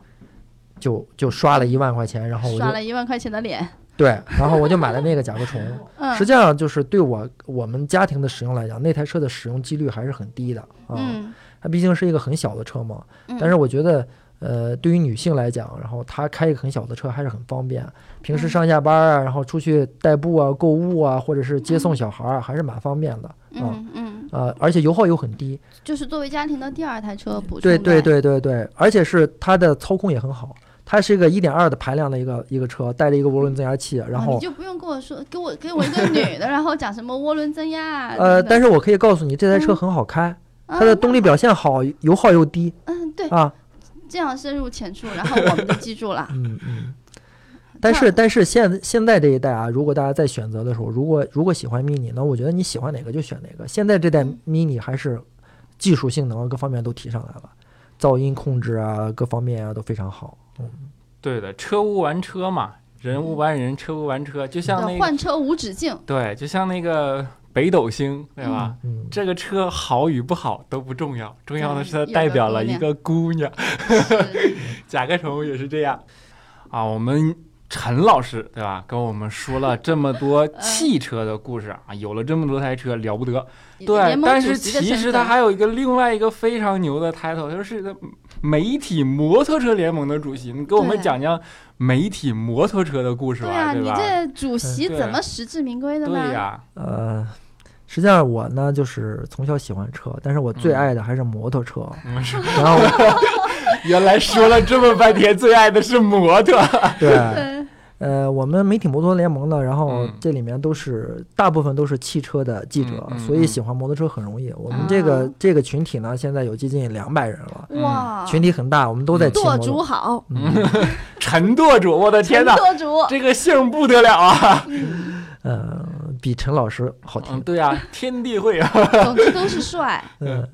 S4: 就就刷了一万块钱，然后我
S2: 刷
S4: 就
S2: 了一万块钱的脸，
S4: 对，然后我就买了那个甲壳虫。
S2: 嗯
S4: 实际上就是对我我们家庭的使用来讲，那台车的使用几率还是很低的啊。
S2: 嗯
S4: 它毕竟是一个很小的车嘛。
S2: 嗯，
S4: 但是我觉得，呃，对于女性来讲，然后她开一个很小的车还是很方便，平时
S2: 嗯
S4: 上下班啊，然后出去代步啊、购物啊，或者是接送小孩儿啊，还是蛮方便的。啊
S2: 嗯嗯，
S4: 呃，而且油耗又很低，
S2: 就是作为家庭的第二台车补充
S4: 对
S2: 的，
S4: 对对对对，而且是它的操控也很好，它是一个一点二的排量的一个一个车，带着一个涡轮增压器，然
S2: 啊
S4: 后
S2: 你就不用跟我说，给我给我一个女的，然后讲什么涡轮增压啊，
S4: 呃，但
S2: 是
S4: 是我可以告诉你，这台车
S2: 嗯
S4: 很好开，它的动力表现好，油耗又低
S2: 嗯，对，
S4: 啊，。
S2: 这样深入浅出，然后我们就记 住了
S4: 嗯嗯。但是但是现现在这一代啊，如果大家在选择的时候，如果如果喜欢 mini，那我觉得你喜欢哪个就选哪个。现在这代
S2: 嗯
S4: mini 还是技术性能啊各方面都提上来了，噪音控制啊，各方面啊都非常好。嗯，
S1: 对的，车无完车嘛，人无完人，车无完车，就像那
S2: 对
S1: 个
S2: 换车无止 境，
S1: 对，就像那个北斗星，对吧？
S4: 嗯，
S1: 这个车好与不好都不重要，重要的是它
S2: 对
S1: 代
S2: 嗯有个
S1: 表
S2: 姑
S1: 了一
S2: 娘
S1: 个姑娘。
S2: 是
S1: 甲壳虫也是这样啊。我们陈老师对吧，跟我们说了这么 多
S2: 嗯
S1: 汽车的故事啊，有了这么多台车，了不得。对
S2: 联，盟
S1: 但
S2: 主
S1: 是
S2: 席的
S1: 其
S2: 身
S1: 实他
S2: 份
S1: 还有一个另外一个非常牛的 title，就是媒体摩托车联盟的主席。你给我们
S2: 对
S1: 讲讲媒体摩托车的故事
S2: 对
S1: 吧，
S2: 啊，
S1: 对
S2: 你
S1: 吧？嗯
S2: 这主席
S1: 对
S2: 怎么实至名归的呢？
S1: 对呀，
S4: 呃，实际上我呢就是从小喜欢车，但是我最
S1: 嗯
S4: 爱的还是摩托车。
S1: 嗯是
S4: 然后
S1: 原来说了这么半天，最爱的是摩托。
S4: 对。
S2: 对，
S4: 呃，我们媒体摩托联盟呢，然后
S1: 嗯
S4: 这里面都是、大部分都是汽车的记者，
S1: 嗯嗯
S4: 所以喜欢摩托车很容易。我们
S2: 啊
S4: 这个、这个群体呢，现在有接近两百人了，
S1: 嗯
S2: 哇，
S4: 群体很大，我们都在骑摩
S2: 舵
S4: 托
S2: 主。好，
S4: 嗯
S1: 陈舵主，我的 天哪，
S2: 舵主，
S1: 这个姓不得了 啊！
S4: 呃，比陈老师好
S1: 嗯，
S4: 听。
S1: 对啊，天地会啊。
S2: 总之都是帅，
S4: 嗯，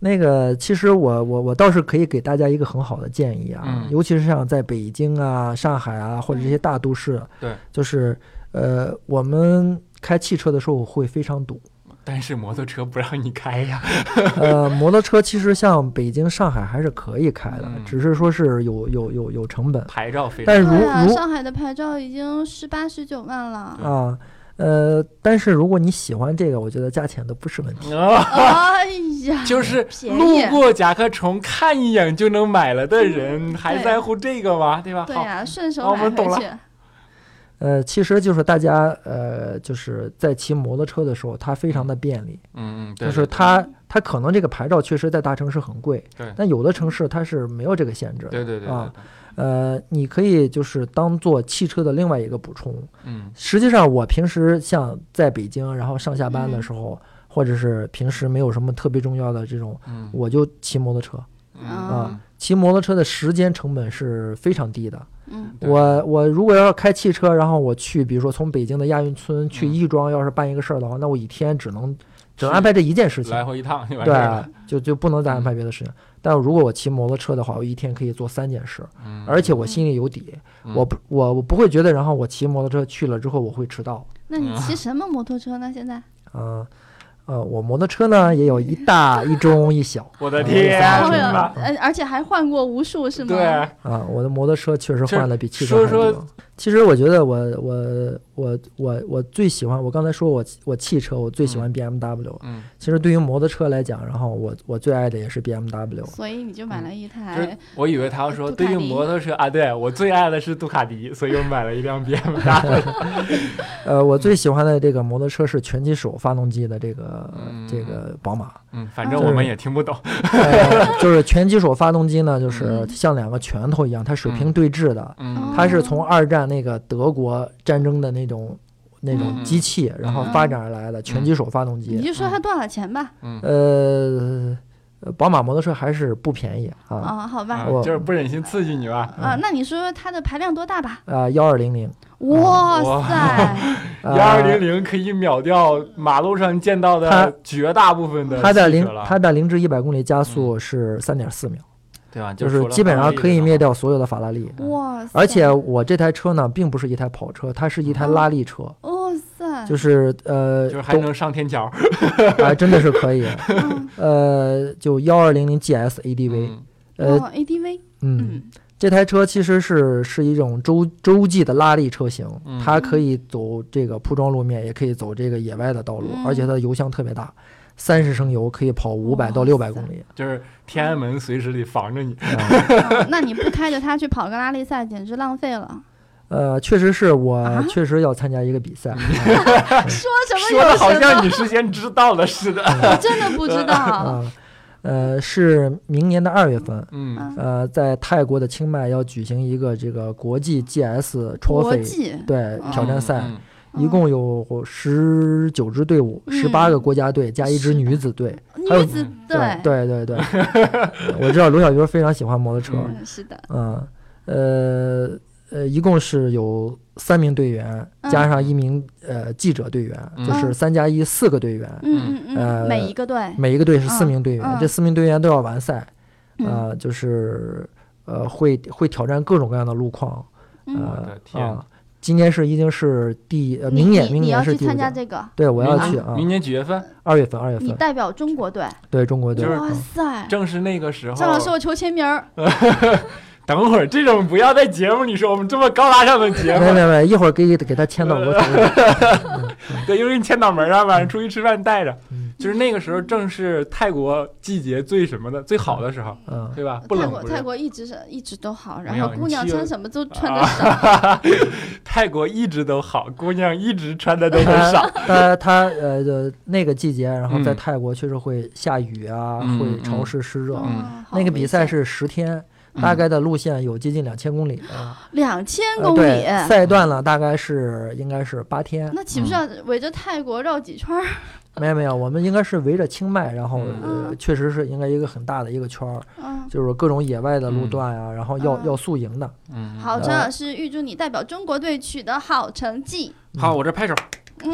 S4: 那个其实我我我倒是可以给大家一个很好的建议啊，
S1: 嗯
S4: 尤其是像在北京啊、上海啊或者这些大都市，
S1: 对，
S4: 就是呃，我们开汽车的时候会非常堵。
S1: 但是摩托车不让你开呀。
S4: 呃，摩托车其实像北京、上海还是可以开的，
S1: 嗯
S4: 只是说是有有有有成本。
S1: 牌照非常
S4: 但是如
S2: 对啊，
S4: 如
S2: 上海的牌照已经十八十九万
S1: 嗯
S2: 了，
S4: 啊，呃，但是如果你喜欢这个，我觉得价钱都不是问题。
S1: 啊，
S2: 哎呀，
S1: 就是
S2: 便宜
S1: 路过甲壳虫看一眼就能买了的人，还在乎这个吗？对吧？
S2: 嗯对
S1: 好，
S2: 呀，顺
S1: 好
S2: 手
S1: 我
S2: 买
S1: 们懂
S2: 回
S1: 了
S2: 去，
S4: 呃，其实就是大家呃，就是在骑摩托车的时候，它非常的便利，
S1: 嗯嗯，对
S4: 就是它它可能这个牌照确实在大城市很贵
S1: 对，
S4: 但有的城市它是没有这个限制的。
S1: 对对对对
S4: 啊
S1: 对
S4: 呃，你可以就是当做汽车的另外一个补充。
S1: 嗯
S4: 实际上，我平时像在北京，然后上下班的时候，或者是平时没有什么特别重要的这种，
S1: 嗯
S4: 我就骑摩托车。啊
S1: 嗯
S4: 骑摩托车的时间成本是非常低的。
S2: 嗯，
S1: 对
S4: 我我如果要开汽车，然后我去，比如说从北京的亚运村去
S1: 嗯
S4: 亦庄，要是办一个事儿的话，那我一天只能只能
S1: 是
S4: 安排这一件事情
S1: 来，嗯回一趟就完事儿了。
S4: 对，啊就就不能再安排别的事情。但如果我骑摩托车的话，我一天可以做三件事，
S1: 嗯
S4: 而且我心里有底，
S1: 嗯
S4: 我不我我不会觉得，然后我骑摩托车去了之后我会迟到。
S2: 那你骑什么摩托车呢？现在
S4: 嗯、呃，我摩托车呢也有一大、一中、一小
S1: 我的天
S4: 啊
S2: 还会有，
S1: 哪！
S2: 呃而且还换过无数是吗？
S1: 对，
S4: 啊，我的摩托车确实换的比汽
S1: 说
S4: 车还多。
S1: 说
S4: 其实我觉得我我我我我最喜欢，我刚才说我我汽车我最喜欢 BMW，、
S1: 嗯，
S4: 其实对于摩托车来讲，然后我我最爱的也是 BMW。
S2: 所以你就买了一
S1: 就是
S2: 台，
S1: 我以为他要说，
S2: 哎杜卡
S1: 对
S2: 迪
S1: 于摩托车啊，对我最爱的是杜卡迪，所以我买了一辆 BMW。
S4: 呃，我最喜欢的这个摩托车是全机手发动机的这个、
S1: 嗯
S4: 这个宝马，
S1: 嗯，反正我们也听不懂。
S4: 呃、就是全机手发动机呢，就是
S2: 嗯
S4: 像两个拳头一样，它水平对峙的，
S2: 哦
S1: 嗯
S4: 它是从二战那个德国战争的那种那种
S1: 嗯
S4: 机器，然后发展而来的全机手发动机。
S2: 你就说它多少钱吧。
S1: 嗯
S4: 呃，宝马摩托车还是不便宜啊，
S2: 啊，好
S1: 啊
S2: 吧，
S4: 我
S1: 就是不忍心刺激你吧。
S2: 啊，那你说说它的排量多大吧？
S4: 啊幺二零零，
S2: 哇塞，
S4: 啊
S1: 幺二零
S4: 零，
S1: 零可以秒掉马路上见到
S4: 它
S1: 的绝大部分的
S4: 它的
S1: 汽
S4: 零
S1: 车了嗯
S4: 它的零至一百公里加速是三点四秒，
S1: 对吧？
S4: 就是基本上可以灭。掉所有的法拉利。
S2: 哇塞！
S1: 哦
S4: 而且我这台车呢，并不是一台跑车，它是一台拉力车，
S2: 哇
S1: 嗯
S4: 就是呃，
S1: 就是还能上天桥，
S4: 东啊，真的是可以。
S2: 嗯
S4: 呃，就幺二零零 GS ADV，、
S1: 嗯
S4: 呃，
S2: 哦，ADV，
S4: 嗯，
S2: 嗯
S4: 这台车其实是是一种洲洲际的拉力车型
S1: 嗯，
S4: 它可以走这个铺装路面，也可以走这个野外的道路，
S2: 嗯
S4: 而且它的油箱特别大，三十升油可以跑五百到六
S2: 哇
S4: 百
S2: 塞
S4: 公里。
S1: 就是天安门随时得防着你。
S4: 啊
S2: 哦那你不开着它去跑个拉力赛，简直浪费了。
S4: 呃，确实是我
S2: 啊
S4: 确实要参加一个比赛，
S2: 说什么
S1: 说的
S2: 有
S1: 好
S2: 什
S1: 像
S2: 么？
S1: 你事先知道了似的。
S2: 我真的不知 道。
S4: 啊，呃，是明年的二月份，
S1: 嗯，
S4: 呃，在泰国的清迈要举行一个这个国际 GS
S2: 国
S4: Trophy
S2: 际
S4: 对挑战赛，
S1: 嗯
S4: 一共有十九支队伍，十八
S2: 嗯
S4: 个国家队加一支
S2: 是的
S4: 女子队。还有
S2: 女子
S4: 嗯对，对对对， 我知道罗小军非常喜欢摩托车，
S2: 嗯，是的，
S4: 嗯，呃呃，一共是有三名队员
S2: 嗯
S4: 加上一名呃记者队员，
S1: 嗯
S4: 就是三加一四个队员，
S2: 嗯嗯
S4: 呃
S2: 嗯，每一个队，
S4: 每一个队是四名队员，
S2: 嗯嗯
S4: 这四名队员都要完赛，
S2: 嗯
S4: 呃，就是呃会会挑战各种各样的路况，
S1: 我
S2: 嗯，
S4: 呃
S1: 的天
S4: 啊，今年是已经是第呃
S2: 你
S4: 明年
S2: 你
S4: 明
S2: 你
S4: 年
S2: 要
S4: 是
S2: 去
S4: 第五
S2: 参加
S4: 届，
S2: 这个，
S4: 对我要
S1: 明
S4: 去
S1: 年
S2: 嗯
S4: 啊，
S1: 明年几月份？
S4: 二月份二月
S2: 你
S4: 份
S2: 代表中国队，
S4: 对中国队
S1: 就是
S2: 哇
S4: 嗯
S2: 塞！
S1: 正是那个时候。
S2: 张老师，我求签名儿。
S1: 等会儿这种不要在节目里说，我们这么高大上的节
S4: 没有没
S1: 目，
S4: 有没有，一会儿给给他签到我手里。
S1: 对，因为你签脑门啊，晚上出去吃饭带着
S4: 嗯，
S1: 就是那个时候正是泰国季节最什么的最好的时候，
S4: 嗯，
S1: 对 吧？不
S2: 泰
S1: 冷
S2: 国
S1: 不
S2: 泰
S1: 热，
S2: 国一直是一直都好，
S1: 没
S2: 然
S1: 有
S2: 后
S1: 你
S2: 姑娘
S1: 去
S2: 穿什么都 穿得少。
S1: 啊，泰国一直都好，姑娘一直穿的都很少。
S4: 他他呃呃那个季节，然后在
S1: 嗯
S4: 泰国确实会下雨啊，
S1: 嗯
S4: 会
S1: 嗯
S4: 潮湿湿热。
S1: 嗯
S2: 哦
S4: 那个比赛是十天，大
S1: 嗯
S4: 概的路线有接近两千公里啊，
S2: 两千嗯
S4: 呃
S2: 公里
S4: 对，，嗯赛段了大概是应该是八天。
S2: 那岂不是要围着泰国绕几圈儿？
S4: 没有没有，我们应该是围着清迈，然后
S1: 嗯
S4: 呃确实是应该一个很大的一个圈儿，
S2: 嗯，
S4: 就是各种野外的路
S1: 嗯
S4: 段呀，然后要
S2: 嗯
S4: 要宿营的。
S1: 嗯，
S2: 好，
S4: 嗯
S2: 张老师，预祝你代表中国队取得好成绩。
S1: 好，我这拍手。
S2: 嗯，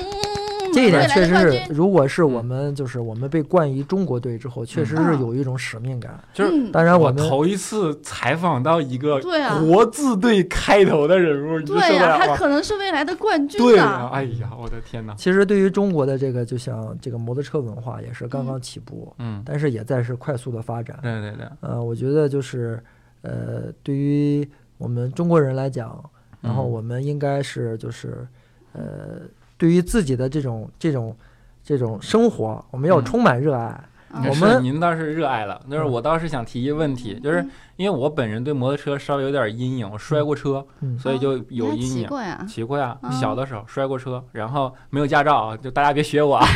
S4: 这一
S2: 未
S4: 点
S2: 来
S4: 确
S2: 的
S4: 实
S2: 冠
S4: 是，
S2: 军
S4: 如果是
S1: 嗯
S4: 我们就是我们被冠于中国队之后，确实是有一种使命感。
S1: 就是
S2: 嗯
S4: 当然，我
S1: 我
S4: 们
S1: 头一次采访到一个
S2: 对啊
S1: 国字队开头的人物，你这受
S2: 对
S1: 得
S2: 呀，
S1: 了
S2: 他
S1: 吗？
S2: 可能是未来的冠军
S1: 对啊
S2: 呢。，
S1: 哎呀，我的天哪！
S4: 其实对于中国的这个，就像这个摩托车文化也是刚刚起步，
S1: 嗯，
S4: 但是也在是快速的发展。
S1: 对对对，
S4: 呃，我觉得就是呃，对于我们中国人来讲，然后
S1: 嗯
S4: 我们应该是就是呃，对于自己的这种这种这种生活，我们要
S1: 嗯
S4: 充满热爱。
S2: 嗯
S1: 是
S4: 我们嗯
S1: 您倒是热爱了，但是我倒是想提一个问题，就是
S2: 嗯
S1: 因为我本人对摩托车稍微有点阴影，我摔过车，
S4: 嗯
S1: 所以就
S2: 你
S1: 有
S2: 还
S1: 阴
S2: 骑
S1: 影。
S2: 过呀？
S1: 骑过呀，
S2: 嗯
S1: 小的时候摔过车，然后没有驾照啊，就大家别学我 啊，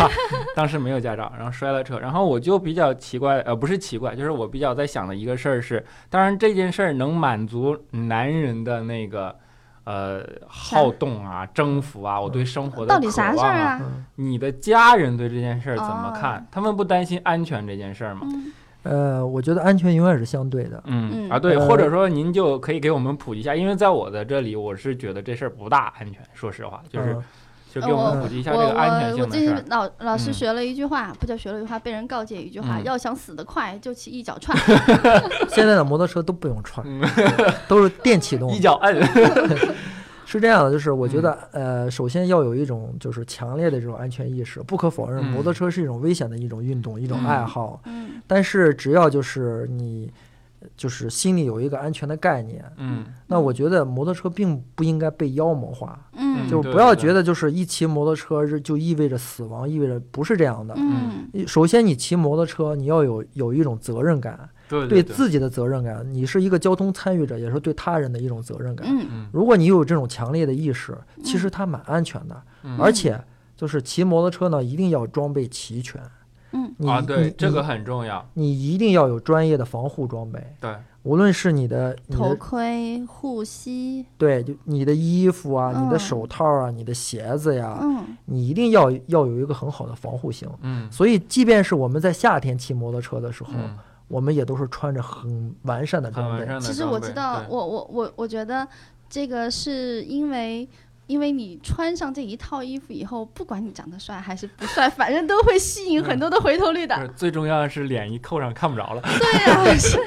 S1: 当时没有驾照，然后摔了车，然后我就比较奇怪，呃，不是奇怪，就是我比较在想的一个事儿是，当然这件事儿能满足男人的那个。呃，好动啊，征服啊，我对生活的
S2: 到底
S1: 渴
S2: 啥事
S1: 望
S2: 儿
S1: 啊？
S2: 啊？
S4: 嗯
S1: 你的家人对这件事儿怎么
S2: 哦
S1: 看？他们不担心安全这件事儿吗？
S2: 嗯
S4: 呃，我觉得安全永远是相对的。
S1: 嗯
S2: 嗯
S1: 啊，对，
S4: 呃
S1: 或者说您就可以给我们普及一下，因为在我的这里，我是觉得这事儿不大安全。说实话，就是
S4: 嗯
S1: 就给我们普及一下
S2: 我
S1: 这个安全
S2: 哦我我
S1: 性的
S2: 最
S1: 事
S2: 近
S1: 儿。
S2: 老老师
S1: 嗯
S2: 学了一句话，不叫学了一句话，被人告诫一句话：
S1: 嗯
S2: 要想死得快，就骑一 脚踹。
S4: 现在的摩托车都不用踹，
S1: 嗯
S4: 都是电启动
S1: 一。脚摁，
S4: 是这样的，就是我
S1: 嗯
S4: 觉得，呃，首先要有一种就是强烈的这种安全意识。不可否认，
S1: 嗯
S4: 摩托车是一种危险的一种运动，一种
S1: 嗯
S4: 爱好。
S2: 嗯
S4: 但是只要就是你，就是心里有一个安全的概念，
S1: 嗯，
S4: 那我觉得摩托车并不应该被妖魔化，
S2: 嗯
S4: 就
S1: 对
S4: 不要
S1: 对
S4: 觉得就是一骑摩托车就就意味着死亡，意味着不是这样的。
S2: 嗯
S4: 首先，你骑摩托车，你要有有一种责任感，
S1: 对对，
S4: 对自己的责任感，你是一个交通参与者，也是对他人的一种责任感。
S2: 嗯
S1: 嗯
S4: 如果你有这种强烈的意识，其实它蛮安全的，
S1: 嗯
S4: 而且就是骑摩托车呢，一定要装备齐全。
S2: 嗯
S4: 你
S1: 啊，
S4: 你
S1: 对，这个很重要。
S4: 你你一定要有专业的防护装备，
S1: 对，
S4: 无论是你的你
S2: 头
S4: 的
S2: 盔、护膝，
S4: 对，就你的衣服啊、你的
S2: 嗯
S4: 手套啊、你的鞋子呀，
S2: 嗯
S4: 你一定要要有一个很好的防护性。
S1: 嗯
S4: 所以，即便是我们在夏天骑摩托车的时候，
S1: 嗯，
S4: 我们也都是穿着很完善的
S1: 很
S4: 装
S1: 完
S4: 备。
S1: 善的。
S2: 其实我知道，我我我我觉得这个是因为。因为你穿上这一套衣服以后，不管你长得帅还是不帅，反正都会吸引很多的回头率
S1: 对
S2: 啊的。
S1: 就是最重要的是脸一扣上看不着了。
S2: 对呀、是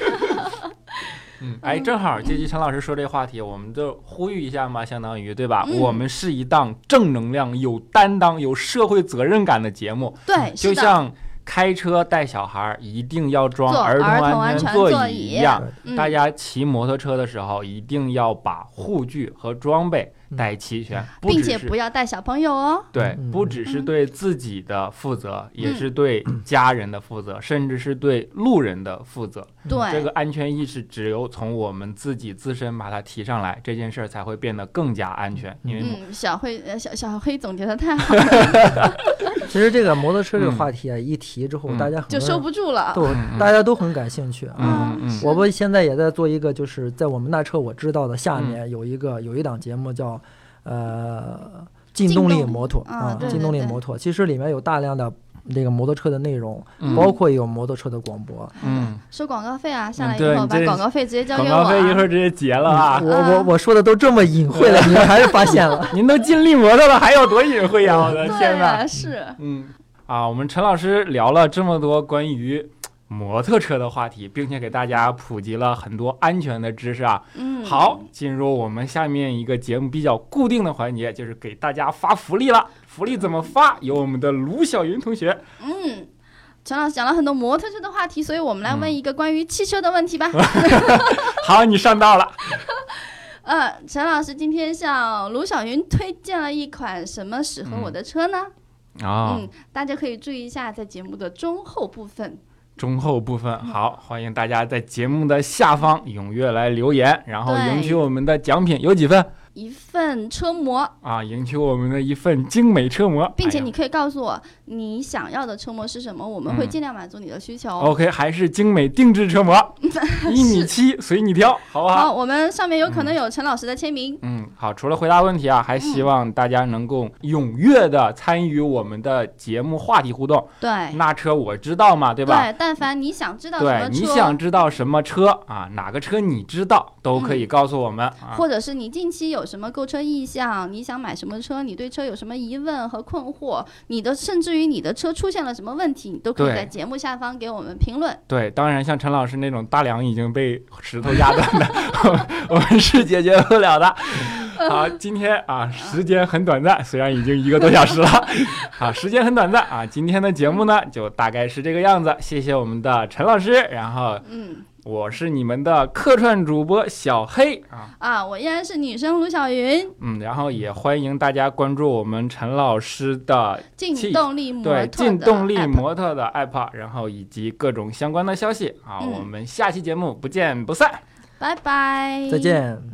S1: 嗯，哎，正好借据陈老师说这话题，我们就呼吁一下嘛，相当于对吧？
S2: 嗯
S1: 我们是一档正能量、有担当、有社会责任感的节目，
S2: 对，
S1: 就是
S2: 的，
S1: 像开车带小孩儿一定要装
S2: 坐
S1: 儿
S2: 儿童
S1: 安
S2: 安
S1: 全
S2: 全座
S1: 椅一
S2: 椅
S1: 样。
S2: 嗯
S1: 大家骑摩托车的时候一定要把护具和装备带齐全，不
S2: 嗯并
S1: 只
S2: 且
S1: 是
S2: 不要带小朋友哦。
S1: 对，
S4: 嗯
S1: 不只是
S2: 嗯
S1: 对自己的负责，也
S2: 嗯
S1: 是对家人的负责，甚至是对路人的负责。
S2: 对，
S1: 嗯这个安全意识只有从我们自己自身把它提上来，这件事儿才会变得更加安全。因为我
S2: 嗯，小慧呃小小黑总结的太好了，
S4: 其实这个摩托车这个话题啊，一提之后，
S1: 嗯
S4: 大家很
S2: 就
S4: 多
S2: 收
S4: 人
S2: 不住了。
S4: 都
S1: 嗯嗯
S4: 大家都很感兴趣啊。
S1: 嗯嗯嗯
S2: 是
S4: 我不现在也在做一个，就是在我们那车我知道的下面有一个、有一档节目叫呃劲动力摩托
S2: 劲动力啊对
S4: 劲动力
S2: 对对
S4: 摩托，其实里面有大量的那个摩托车的内容，
S1: 嗯
S4: 包括也有摩托车的广播。
S1: 嗯，
S2: 收广告费啊，下来以
S1: 对
S2: 后
S1: 你
S2: 把
S1: 这
S2: 广告费直接交
S1: 广
S2: 给我、啊。
S1: 告费一会儿直接结了啊！
S4: 我我我说的都这么隐晦了，你们还是发现了。
S1: 您都尽力摩托了，还有多隐晦呀！我的天
S2: 对
S1: 哪！
S2: 啊，是，
S1: 嗯，啊，我们陈老师聊了这么多关于摩托车的话题，并且给大家普及了很多安全的知识啊。
S2: 嗯，
S1: 好，进入我们下面一个节目比较固定的环节，就是给大家发福利了。福利怎么发？由我们的卢晓云同学。
S2: 嗯，陈老师讲了很多摩托车的话题，所以我们
S1: 嗯
S2: 来问一个关于汽车的问 题吧。
S1: 好，你上道了。
S2: 呃，陈老师今天向卢晓云推荐了一款什么适合我的车呢？
S1: 嗯啊
S2: 嗯，大家可以注意一下，在节目的中后部分。
S1: 中后部分
S2: 嗯
S1: 好，欢迎大家在节目的下方踊跃来留言，然后
S2: 对
S1: 赢取我们的奖品有几份
S2: 一份车模，
S1: 啊？赢取我们的一份精美车模，
S2: 并且
S1: 哎呀
S2: 你可以告诉我你想要的车模是什么，我
S1: 嗯
S2: 们会尽量满足你的需求。哦
S1: OK，还是精美定制车 模，一米七，随你挑，好不好？
S2: 好，我们上面有可能有陈老师的签名。
S1: 嗯，好。除了回答问题啊，
S2: 嗯
S1: 还希望大家能够踊跃的参与我们的节目话题互动。
S2: 对
S1: 那车我知道嘛，对吧？
S2: 哎对，但凡你想知道什
S1: 对
S2: 么，车，
S1: 你想知道什么车啊？哪个车你知道都可以告诉我们啊。
S2: 嗯或者是你近期有什么购车意向，你想买什么车，你对车有什么疑问和困惑，你的甚至于你的车出现了什么问题，你都可以
S1: 对
S2: 在节目下方给我们评论。
S1: 对，当然像陈老师那种大梁已经被石头压断的， 我们是解决不了的。好，今天啊，时间很短暂，虽然已经一个多小时了，好，时间很短暂啊。今天的节目呢，就大概是这个样子。谢谢我们的陈老师，然后
S2: 嗯
S1: 我是你们的客串主播小黑啊，
S2: 啊，我依然是女生卢晓云，
S1: 嗯，然后也欢迎大家关注我们陈老师的
S2: 劲
S1: 气
S2: 动力摩托
S1: 对
S2: 的
S1: 劲动力
S2: app
S1: 模特的 app，然后以及各种相关的消息啊。
S2: 嗯
S1: 我们下期节目不见不散。
S2: 拜拜，
S4: 再。见。